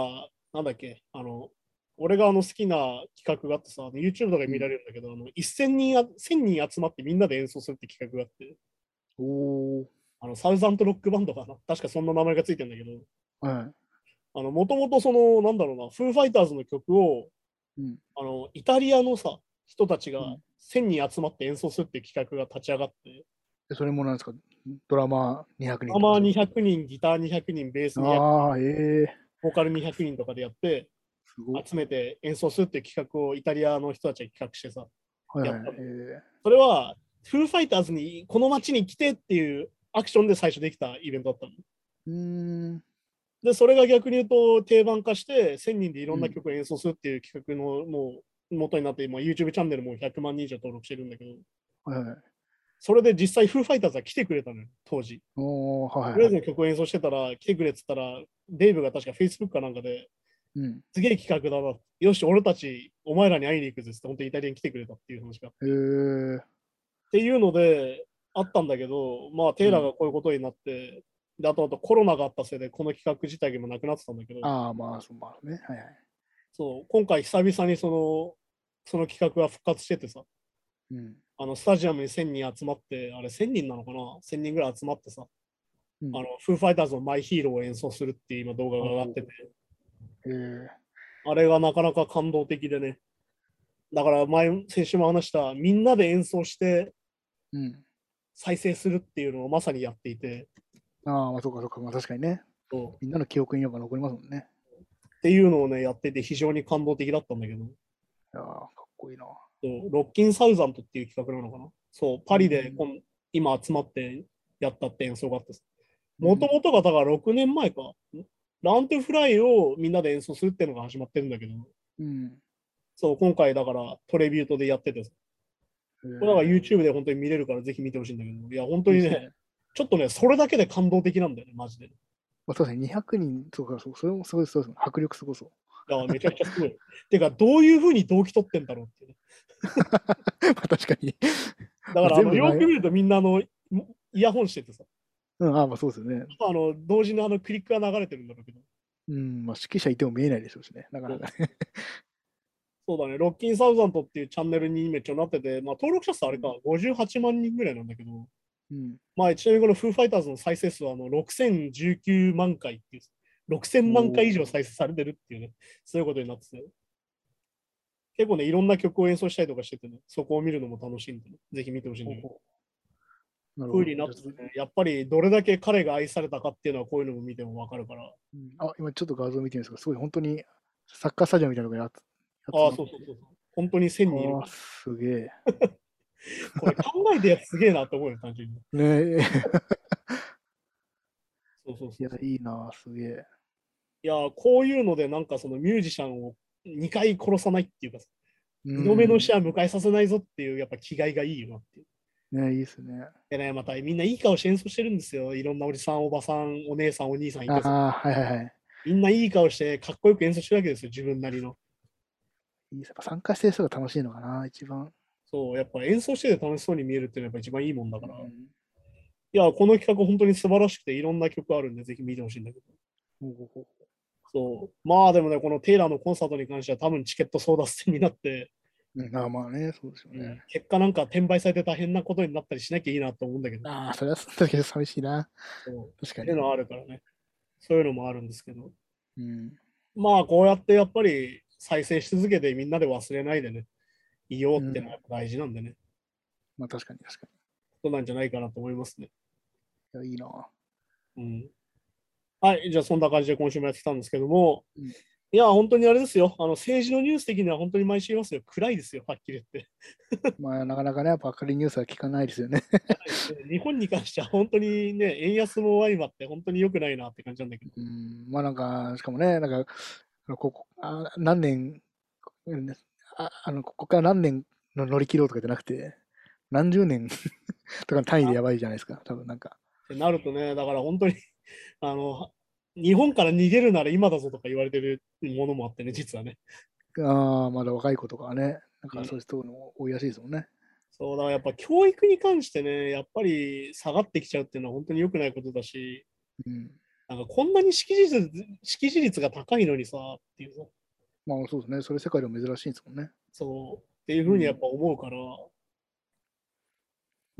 [SPEAKER 2] なんだっけ、あの、俺があの好きな企画があってさ、あの YouTube とかで見られるんだけど、あの1000人あ、1000人集まってみんなで演奏するって企画があって、
[SPEAKER 3] おー。
[SPEAKER 2] あのサウザントロックバンドかな、確かそんな名前がついてんだけど、
[SPEAKER 3] は
[SPEAKER 2] あの、もともとその、なんだろうな、フーファイターズの曲を、
[SPEAKER 3] い。うん。
[SPEAKER 2] あの、イタリアのさ、人たちが
[SPEAKER 3] うん
[SPEAKER 2] 1000人集まって演奏するっていう企画が立ち上がって、
[SPEAKER 3] でそれもなんですか、ドラマー200人と
[SPEAKER 2] ドラ
[SPEAKER 3] か。
[SPEAKER 2] マー200人、ギター200人、ベース200人、
[SPEAKER 3] ああ、ええ
[SPEAKER 2] ボーカル200人とかでやって、
[SPEAKER 3] すごい。
[SPEAKER 2] 集めて演奏するっていう企画をイタリアの人たちが企画してさ、
[SPEAKER 3] はいは
[SPEAKER 2] やっ
[SPEAKER 3] い
[SPEAKER 2] た。
[SPEAKER 3] ええ
[SPEAKER 2] それは、フーファイターズにこの街に来てっていうアクションで最初できたイベントだったの。
[SPEAKER 3] うーん。
[SPEAKER 2] で、それが逆に言うと定番化して、1000人でいろんな曲を演奏するっていう企画のもう元になって、今 YouTube チャンネルも100万人以上登録してるんだけど、
[SPEAKER 3] はいはい。
[SPEAKER 2] それで実際フーファイターズは来てくれたのよ、当時。
[SPEAKER 3] おー、はい
[SPEAKER 2] ブレイ
[SPEAKER 3] は
[SPEAKER 2] ズ
[SPEAKER 3] い。
[SPEAKER 2] の曲を演奏してたら、来てくれって言ったら、デイブが確か Facebook かなんかで、
[SPEAKER 3] うん。
[SPEAKER 2] すげえ企画だな。よし、俺たち、お前らに会いに行くぜっつって、本当にイタリアに来てくれたっていう話が。っ
[SPEAKER 3] ええ
[SPEAKER 2] ていうので、あったんだけど、まあ、テイラーがこういうことになって、であとあとコロナがあったせいで、この企画自体もなくなってたんだけど、
[SPEAKER 3] ああ、まあ、そう、まあね。はいはい。
[SPEAKER 2] そう今回久々にその、その企画が復活しててさ、
[SPEAKER 3] うん。
[SPEAKER 2] あのスタジアムに1000人集まって、あれ1000人なのかな ?1000 人ぐらい集まってさ、
[SPEAKER 3] うん
[SPEAKER 2] あの、フーファイターズのマイヒーローを演奏するっていう今動画が上がってて、
[SPEAKER 3] ええ
[SPEAKER 2] あれがなかなか感動的でね。だから前、先週も話した、みんなで演奏して
[SPEAKER 3] うん。
[SPEAKER 2] 再生するっていうのをまさにやっていて、
[SPEAKER 3] ああ、まあ、そうか、そうか。まあ、確かにね。
[SPEAKER 2] そう
[SPEAKER 3] みんなの記憶によく残りますもんね。
[SPEAKER 2] っていうのをね、やってて非常に感動的だったんだけど、
[SPEAKER 3] いやーかっこいいな。
[SPEAKER 2] そうロッキンサウザントっていう企画なのかな。そう、パリでこん今集まってやったって演奏があってさ、もともとがだから6年前か、ラントゥフライをみんなで演奏するっていうのが始まってるんだけど、
[SPEAKER 3] うん。
[SPEAKER 2] そう、今回だからトレビュートでやっててさ、こ
[SPEAKER 3] ええ
[SPEAKER 2] れだから YouTube で本当に見れるからぜひ見てほしいんだけど、いや、本当に
[SPEAKER 3] いい
[SPEAKER 2] ね
[SPEAKER 3] で、す
[SPEAKER 2] ちょっとね、それだけで感動的なんだよね、マジで。い
[SPEAKER 3] まあ、そうですね。200人、そうか、そう。それもすごい、そうですね。迫力すごそう。
[SPEAKER 2] や、めちゃくちゃすごい。 てか、どういうふうに動機取ってんだろうっていうね。
[SPEAKER 3] まあ、確かに。
[SPEAKER 2] だから、あ
[SPEAKER 3] 全部
[SPEAKER 2] のよく見るとみんなあの、イヤホンしててさ、
[SPEAKER 3] うん、ああ、まあ、そうですよね。
[SPEAKER 2] あの同時にあのクリックが流れてるんだろうけど、
[SPEAKER 3] うん、まあ、指揮者いても見えないでしょうしね。なかなかね。
[SPEAKER 2] そうだね、ロッキンサウザントっていうチャンネルにめっちゃなってて、まあ、登録者数あれか、58万人ぐらいなんだけど、
[SPEAKER 3] うん。
[SPEAKER 2] まあ、ちなみにこのフーファイターズの再生数はあの6019万回っていう、6000万回以上再生されてるっていうね、そういうことになってて。結構ね、いろんな曲を演奏したりとかしててね、そこを見るのも楽しいんでね、ぜひ見てほしいんだけど。
[SPEAKER 3] なる
[SPEAKER 2] 風になっててね、やっぱりどれだけ彼が愛されたかっていうのはこういうのも見てもわかるから。あ
[SPEAKER 3] うんあ、今ちょっと画像見てるんですけど、すごい本当にサッカースタジアムみたいなのがやつ。
[SPEAKER 2] あ、そうそうそう。本当に1000人いる
[SPEAKER 3] あーすげえ。
[SPEAKER 2] これ考えてやつすげえなって思うよ、単純に。
[SPEAKER 3] ねえ。
[SPEAKER 2] そうそう
[SPEAKER 3] い
[SPEAKER 2] そう
[SPEAKER 3] や。、いいな、すげ え。
[SPEAKER 2] いやー、こういうのでなんかそのミュージシャンを2回殺さないっていうか、
[SPEAKER 3] うん
[SPEAKER 2] 2度目の試合迎えさせないぞっていうやっぱ気概がいいよなっていう。
[SPEAKER 3] ねいいですね。
[SPEAKER 2] でね、またみんないい顔して演奏してるんですよ。いろんなおじさん、おばさん、お姉さん、お兄さんい
[SPEAKER 3] あ
[SPEAKER 2] てさ
[SPEAKER 3] あ、はいはいはい。
[SPEAKER 2] みんないい顔してかっこよく演奏してるわけですよ、自分なりの。
[SPEAKER 3] いいですやっぱ参加してる人が楽しいのかな、一番。
[SPEAKER 2] そう、やっぱ演奏してて楽しそうに見えるっていうのはやっぱ一番いいもんだから。
[SPEAKER 3] う
[SPEAKER 2] い
[SPEAKER 3] ん
[SPEAKER 2] や、この企画本当に素晴らしくていろんな曲あるんで、ぜひ見てほしいんだけど。
[SPEAKER 3] ほうほうほう
[SPEAKER 2] そう。まあでもね、このテイラーのコンサートに関しては多分チケット争奪戦になって、
[SPEAKER 3] うんあーまあね、そうですよね。
[SPEAKER 2] 結果なんか転売されて大変なことになったりしなきゃいいなと思うんだけど。
[SPEAKER 3] ああ、それは確かに寂しいな。
[SPEAKER 2] そう。
[SPEAKER 3] 確か
[SPEAKER 2] って
[SPEAKER 3] に
[SPEAKER 2] いう。のはあるからね。そういうのもあるんですけど。
[SPEAKER 3] うん。
[SPEAKER 2] まあこうやってやっぱり再生し続けてみんなで忘れないでね、いようってのはやっぱ大事なんでね、
[SPEAKER 3] まあ確かに確か
[SPEAKER 2] そうなんじゃないかなと思いますね。
[SPEAKER 3] に。いや、いいな。
[SPEAKER 2] うん。はい、じゃあそんな感じで今週もやってきたんですけども、
[SPEAKER 3] うん
[SPEAKER 2] いや、本当にあれですよ、あの政治のニュース的には本当に毎週言いますよ、暗いですよ、はっきり言って。
[SPEAKER 3] まあなかなかね、やっぱ明るいニュースは聞かないですよね。
[SPEAKER 2] 日本に関しては本当にね、円安も相まって本当に良くないなって感じなんだけど、
[SPEAKER 3] うん、まあなんか、しかもね、なんか、あのここあ何年、うんああのここから何年 の乗り切ろうとかじゃなくて、何十年とかの単位でやばいじゃないですか、多分なんか。
[SPEAKER 2] ってなるとね、だから本当に、あの、日本から逃げるなら今だぞとか言われてるものもあってね、実はね。
[SPEAKER 3] ああ、まだ若い子とかはね、なんかそういう人も多いらしいですもんね。
[SPEAKER 2] そうだからやっぱ教育に関してね、やっぱり下がってきちゃうっていうのは本当に良くないことだし、
[SPEAKER 3] うん。
[SPEAKER 2] なんかこんなに識字率識字率が高いのにさっていうさ、
[SPEAKER 3] まあそうですね、それ世界でも珍しいんですもんね。
[SPEAKER 2] そうっていうふうにやっぱ思うから、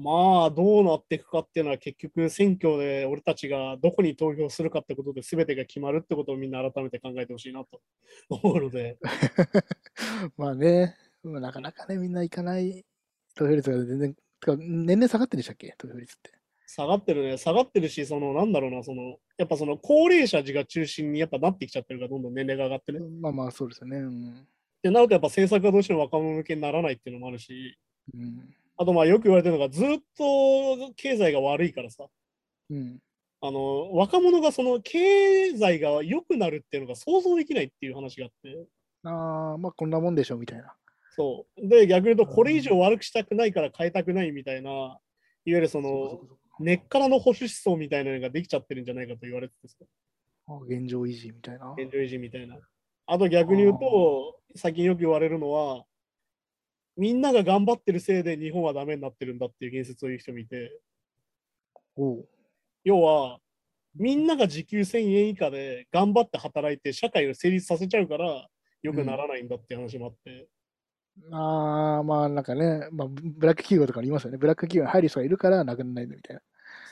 [SPEAKER 2] まあどうなっていくかっていうのは結局選挙で俺たちがどこに投票するかってことで全てが決まるってことをみんな改めて考えてほしいなと思うので、
[SPEAKER 3] まあね、まあなかなかね、みんな行かない投票率が全然、てか年々下がってるんでしたっけ、投票率って。
[SPEAKER 2] 下がってるね、下がってるし、そのなんだろうな、そのやっぱその高齢者が中心にやっぱなってきちゃってるから、どんどん年齢が上がってね。っ
[SPEAKER 3] まあまあそうですよね。うん。
[SPEAKER 2] てなるとやっぱ政策がどうしても若者向けにならないっていうのもあるし、
[SPEAKER 3] うん。
[SPEAKER 2] あとまあよく言われてるのがずっと経済が悪いからさ、
[SPEAKER 3] うん、
[SPEAKER 2] あの若者がその経済が良くなるっていうのが想像できないっていう話があって、
[SPEAKER 3] ああ、まあこんなもんでしょ、みたいな。
[SPEAKER 2] そう。で、逆に言うと、これ以上悪くしたくないから変えたくないみたいな、いわゆるその根っからの保守思想みたいなのができちゃってるんじゃないかと言われててさ、
[SPEAKER 3] あ現状維持みたいな。
[SPEAKER 2] 現状維持みたいな。あと逆に言うと、最近よく言われるのは、みんなが頑張ってるせいで日本はダメになってるんだっていう言説を言う人もいて、
[SPEAKER 3] おう
[SPEAKER 2] 要は、みんなが時給1000円以下で頑張って働いて社会を成立させちゃうから良くならないんだって話もあって、
[SPEAKER 3] ああ、まあなんかね、まあ、ブブラック企業とかにいますよね。ブラック企業に入る人がいるからなくならないみたいな。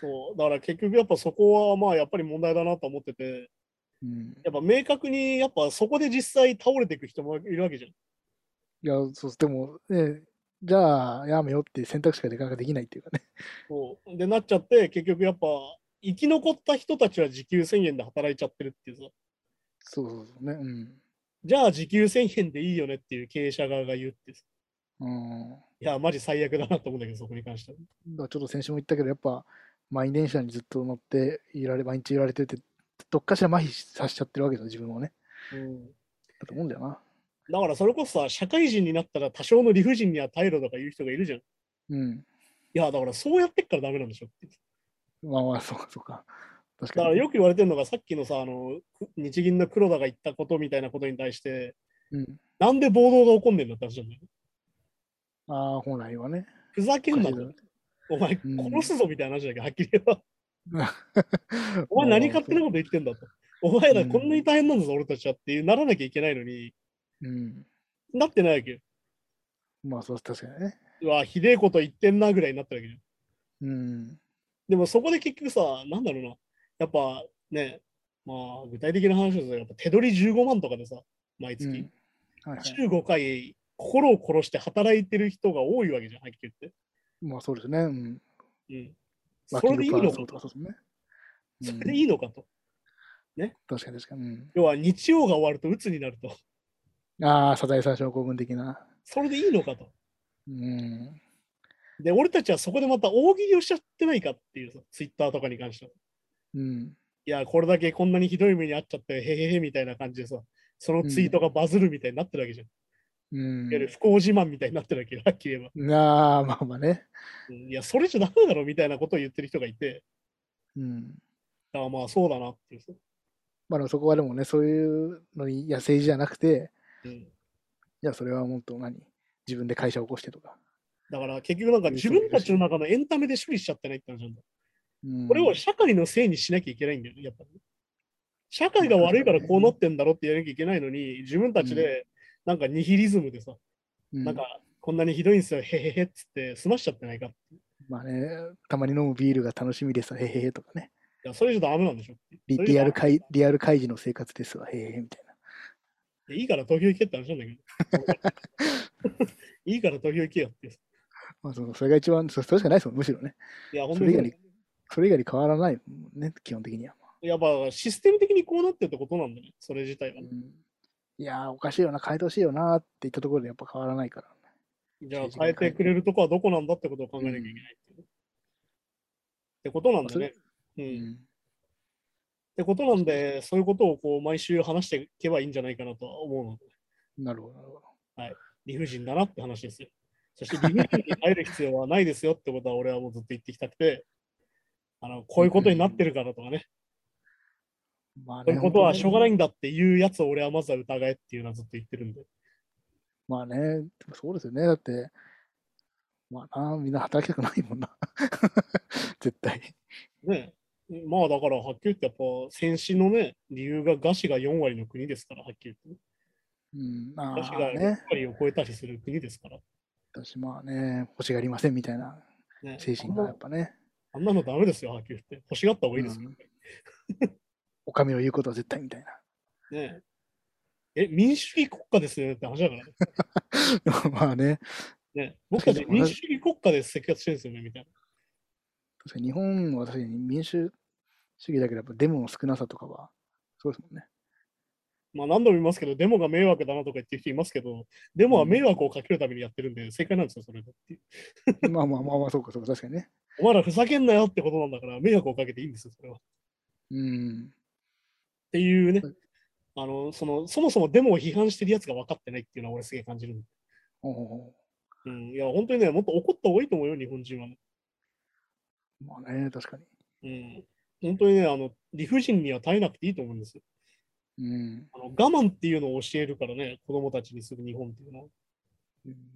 [SPEAKER 2] そうだから結局やっぱそこはまあやっぱり問題だなと思ってて
[SPEAKER 3] うん。
[SPEAKER 2] やっぱ明確にやっぱそこで実際倒れていく人もいるわけじゃん
[SPEAKER 3] いや、そうでも、ね、じゃあやめようっていう選択肢がなかなかできないっていうかね。
[SPEAKER 2] そうでなっちゃって結局やっぱ生き残った人たちは時給1000円で働いちゃってるっていうさ
[SPEAKER 3] そうそうそうね。うん。
[SPEAKER 2] じゃあ時給1000円でいいよねっていう経営者側が言うってさ
[SPEAKER 3] うん。
[SPEAKER 2] いやマジ最悪だなと思うんだけどそこに関しては
[SPEAKER 3] だからちょっと先週も言ったけど、やっぱ満員電車にずっと乗っていられ、毎日いられてて、どっかしら麻痺させちゃってるわけですよ、自分をね。
[SPEAKER 2] うん
[SPEAKER 3] だと思うんだよな。
[SPEAKER 2] だからそれこそさ、社会人になったら多少の理不尽には耐えろとか言う人がいるじゃん。い
[SPEAKER 3] うん。
[SPEAKER 2] や、だからそうやってっからダメなんでしょって。
[SPEAKER 3] まあまあ、そうか、そうか。確
[SPEAKER 2] だ
[SPEAKER 3] か
[SPEAKER 2] から
[SPEAKER 3] に。
[SPEAKER 2] よく言われてるのがさっきのさ、あの、く日銀の黒田が言ったことみたいなことに対して、
[SPEAKER 3] うん。
[SPEAKER 2] なんで暴動が起こんねんだって話なんだよね。
[SPEAKER 3] ああ、本来はね。
[SPEAKER 2] ふざけんな
[SPEAKER 3] おかしい
[SPEAKER 2] と。お前
[SPEAKER 3] うん
[SPEAKER 2] 殺すぞみたいな話だけど、はっきり言えば。
[SPEAKER 3] だろ
[SPEAKER 2] お前何
[SPEAKER 3] まあ
[SPEAKER 2] 勝手なこと言ってんだと。お前ら
[SPEAKER 3] うん
[SPEAKER 2] こんなに大変なんだぞ、俺たちはっていうならなきゃいけないのに、
[SPEAKER 3] うん。
[SPEAKER 2] なってないわけよ。
[SPEAKER 3] まあ、そう、確かにね。
[SPEAKER 2] うわ、ひでえこと言ってんなぐらいになってるわけじゃん
[SPEAKER 3] うん。
[SPEAKER 2] でもそこで結局さ、なんだろうな、やっぱね、まあ具体的な話ですけど、やっぱ手取り15万とかでさ、毎
[SPEAKER 3] うん
[SPEAKER 2] 月、
[SPEAKER 3] はいはい。
[SPEAKER 2] 15回心を殺して働いてる人が多いわけじゃん、はっきり言っ
[SPEAKER 3] まあ、そうですね。うん。
[SPEAKER 2] て。うん。
[SPEAKER 3] ワ
[SPEAKER 2] そ
[SPEAKER 3] ーキン
[SPEAKER 2] れで
[SPEAKER 3] グ
[SPEAKER 2] いい
[SPEAKER 3] パー
[SPEAKER 2] の
[SPEAKER 3] ソ
[SPEAKER 2] か
[SPEAKER 3] ンと
[SPEAKER 2] と。
[SPEAKER 3] かそうです
[SPEAKER 2] そ
[SPEAKER 3] ね。
[SPEAKER 2] れ
[SPEAKER 3] う
[SPEAKER 2] で
[SPEAKER 3] ん
[SPEAKER 2] いいのかと。
[SPEAKER 3] 確かに確かに。うん
[SPEAKER 2] 要は日曜が終わると鬱になると。
[SPEAKER 3] ああ、サザエさん症候群的な。
[SPEAKER 2] それでいいのかと。
[SPEAKER 3] うん。
[SPEAKER 2] で、俺たちはそこでまた大喜利をしちゃってないかっていうさ、ツイッターとかに関しては。
[SPEAKER 3] うん。
[SPEAKER 2] いや、これだけこんなにひどい目に遭っちゃって、へへへみたいな感じでさ、そのツイートがバズるみたいになってるわけじゃん。
[SPEAKER 3] うん
[SPEAKER 2] いわゆ。る不幸自慢みたいになってるわけよ、はっきり言えば。
[SPEAKER 3] ああ、まあまあね。
[SPEAKER 2] うんいや、それじゃダメだろみたいなことを言ってる人がいて、
[SPEAKER 3] うん。
[SPEAKER 2] ああまあそうだなっていう。
[SPEAKER 3] まあでもそこはでもね、そういうのに、いや、政治じゃなくて、
[SPEAKER 2] うん
[SPEAKER 3] いや、それはもっと何自分で会社を起こしてとか。
[SPEAKER 2] だから結局なんか自分たちの中のエンタメで処理しちゃってないって話なんだ。
[SPEAKER 3] うん、
[SPEAKER 2] これを社会のせいにしなきゃいけないんだよね、やっぱり。社会が悪いからこうなってんだろってやらなきゃいけないのに、自分たちでなんかニヒリズムでさ、
[SPEAKER 3] うん、
[SPEAKER 2] なんかこんなにひどいんですよ、へへへっつって済ましちゃってないかって。い
[SPEAKER 3] まあね、たまに飲むビールが楽しみですわ、へへへとかね。
[SPEAKER 2] や、それじゃダメなんでしょっていう
[SPEAKER 3] リ
[SPEAKER 2] それじ
[SPEAKER 3] リ
[SPEAKER 2] ゃ
[SPEAKER 3] アル会リアル会議の生活ですわ、へへへみたいな。
[SPEAKER 2] いやいいから投票行けって話なんだけど。 いいから投票行けよっていう。
[SPEAKER 3] まあそう、それが一番、そそれしかないですもん、むしろね。
[SPEAKER 2] いや、本
[SPEAKER 3] そ
[SPEAKER 2] 当
[SPEAKER 3] れ
[SPEAKER 2] に
[SPEAKER 3] 以外に、それ以外に変わらないもんね、基本的には。
[SPEAKER 2] やっぱシステム的にこうなってるってことなんだね、それ自体
[SPEAKER 3] う
[SPEAKER 2] はね。
[SPEAKER 3] ん、いやー、おかしいよな、変えてほしいよなって言ったところでやっぱ変わらないから。
[SPEAKER 2] じゃあ
[SPEAKER 3] 政治
[SPEAKER 2] 変え
[SPEAKER 3] に変え
[SPEAKER 2] てく
[SPEAKER 3] て
[SPEAKER 2] れるとこはどこなんだってことを考えなきゃいけないって,、うってことなんだね。うん。
[SPEAKER 3] う
[SPEAKER 2] っ
[SPEAKER 3] ん
[SPEAKER 2] てことなんで、そういうことをこう毎週話していけばいいんじゃないかなとは思うので、
[SPEAKER 3] なるほど、なるほど。
[SPEAKER 2] 理不尽だなって話ですよ。そして理不尽に変える必要はないですよってことは俺はもうずっと言ってきたくて、あの、こういうことになってるからとかね、
[SPEAKER 3] まあ
[SPEAKER 2] そういうことはしょうがない
[SPEAKER 3] い。
[SPEAKER 2] んだっていうやつを俺はまずは疑えっていうのはずっと言ってるんで。
[SPEAKER 3] まあね、でもそうですよね。だって、まあな、みんな働きたくないもんな。 絶対。
[SPEAKER 2] ねえまあだから、はっきり言ってやっぱ、戦死のね、理由が餓死が4割の国ですから、はっきり言って、ね。
[SPEAKER 3] うん、あ
[SPEAKER 2] 餓死
[SPEAKER 3] あ
[SPEAKER 2] が6
[SPEAKER 3] ね。
[SPEAKER 2] 割を超えたりする国ですから。
[SPEAKER 3] 私まあね、欲しがりませんみたいな
[SPEAKER 2] ね
[SPEAKER 3] 精神がやっぱね。
[SPEAKER 2] あんなのダメですよ、はっきり言って。欲しがった方がいいですよ、ね
[SPEAKER 3] お上の言うことは絶対みたい
[SPEAKER 2] ねえ。え、民主主義国家ですよねって話だからね。
[SPEAKER 3] な。 まあね、
[SPEAKER 2] ね僕たち民主主義国家で生活してるんですよね、みたい
[SPEAKER 3] 確かに日本は確かに民主主義だけど、やっぱデモの少なさとかは、そうですもん ね。
[SPEAKER 2] な。まあ何度も言いますけど、デモが迷惑だなとか言ってる人いますけど、デモは迷惑をかけるためにやってるんで、正解なんですよ、それでっていう。
[SPEAKER 3] まあまあまあまあ、そうかそうか、確かにね。
[SPEAKER 2] お前らふざけんなよってことなんだから、迷惑をかけていいんですよ、それは。っ
[SPEAKER 3] うん。
[SPEAKER 2] ていうね
[SPEAKER 3] はい。
[SPEAKER 2] あの、その、そもそもデモを批判してるやつが分かってないっていうのは俺すげえ感じるんで。
[SPEAKER 3] おうおうおう
[SPEAKER 2] うん。いや、本当にね、もっと怒った方がいいと思うよ、日本人は、ね。
[SPEAKER 3] まあね、確かに。
[SPEAKER 2] うん。本当にね、あの、理不尽には耐えなくていいと思うんですよ。
[SPEAKER 3] うん。
[SPEAKER 2] あの我慢っていうのを教えるからね、子供たちにする日本っていうのは。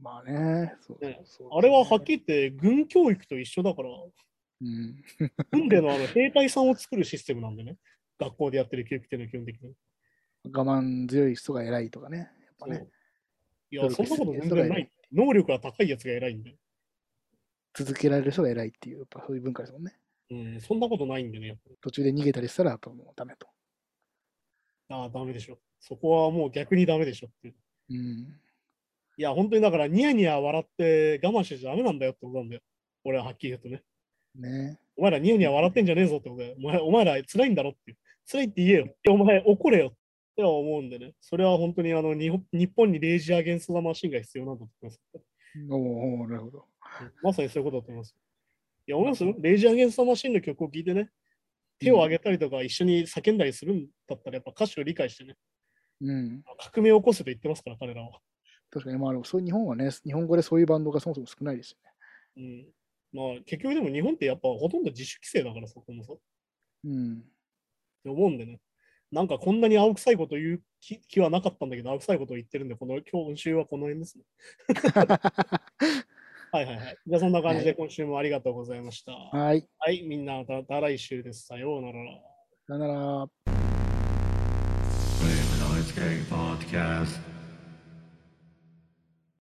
[SPEAKER 3] まあね、そう。
[SPEAKER 2] ね
[SPEAKER 3] そう
[SPEAKER 2] あれははっきり言って軍教育と一緒だから、
[SPEAKER 3] うん。
[SPEAKER 2] 軍でのあの兵隊さんを作るシステムなんでね、学校でやってる教育っていうのは基本的に。
[SPEAKER 3] 我慢強い人が偉いとかね。やっぱね
[SPEAKER 2] そ、ういや、そんなこと全然
[SPEAKER 3] 努力する人が
[SPEAKER 2] ないい。能力が高いやつが偉いんで。
[SPEAKER 3] 続けられる人が偉いっていう、やっぱそういう文化ですもんね。
[SPEAKER 2] うん、そんなことないんでね、やっぱり。
[SPEAKER 3] 途中で逃げたりしたら、やっぱもうダメと。
[SPEAKER 2] ああ、ダメでしょ。そこはもう逆にダメでしょっていう。
[SPEAKER 3] うん。
[SPEAKER 2] いや、本当にだから、ニヤニヤ笑って我慢してちゃダメなんだよってことなんだよ。俺ははっきり言うとね。
[SPEAKER 3] ね。
[SPEAKER 2] お前らニヤニヤ笑ってんじゃねえぞってことだよ。お前お前ら辛いんだろっていう。辛いって言えよ。お前怒れよっては思うんでね。それは本当にあの日本日本にレイジアゲンスト・ザ・マシンが必要なんだと思います。
[SPEAKER 3] おうおうなるほど。
[SPEAKER 2] まさにそういうことだと思います。いや、思いますよレイジアゲンスト・ザ・マシンの曲を聴いてね、手を挙げたりとか一緒に叫んだりするんだったら、やっぱ歌詞を理解してね、
[SPEAKER 3] うん。
[SPEAKER 2] 革命を起こせと言ってますから、彼らは。
[SPEAKER 3] 確かに、まあ、でもそういう日本はね、日本語でそういうバンドがそもそも少ないですよ
[SPEAKER 2] うん。まあ、結局でも日本ってやっぱほとんど自主規制だから、そこもさ。
[SPEAKER 3] ね。うん。
[SPEAKER 2] って思うんでね。なんかこんなに青臭いこと言う気気はなかったんだけど、青臭いことを言ってるんで、この今週はこの辺です ね。はいはいはい。じゃあそんな感じで今週もありがとうございました。は
[SPEAKER 3] はい。
[SPEAKER 2] い、みんなまた来週です。さようなら。
[SPEAKER 3] さよなら。
[SPEAKER 1] Wave Noise Gang Podcast.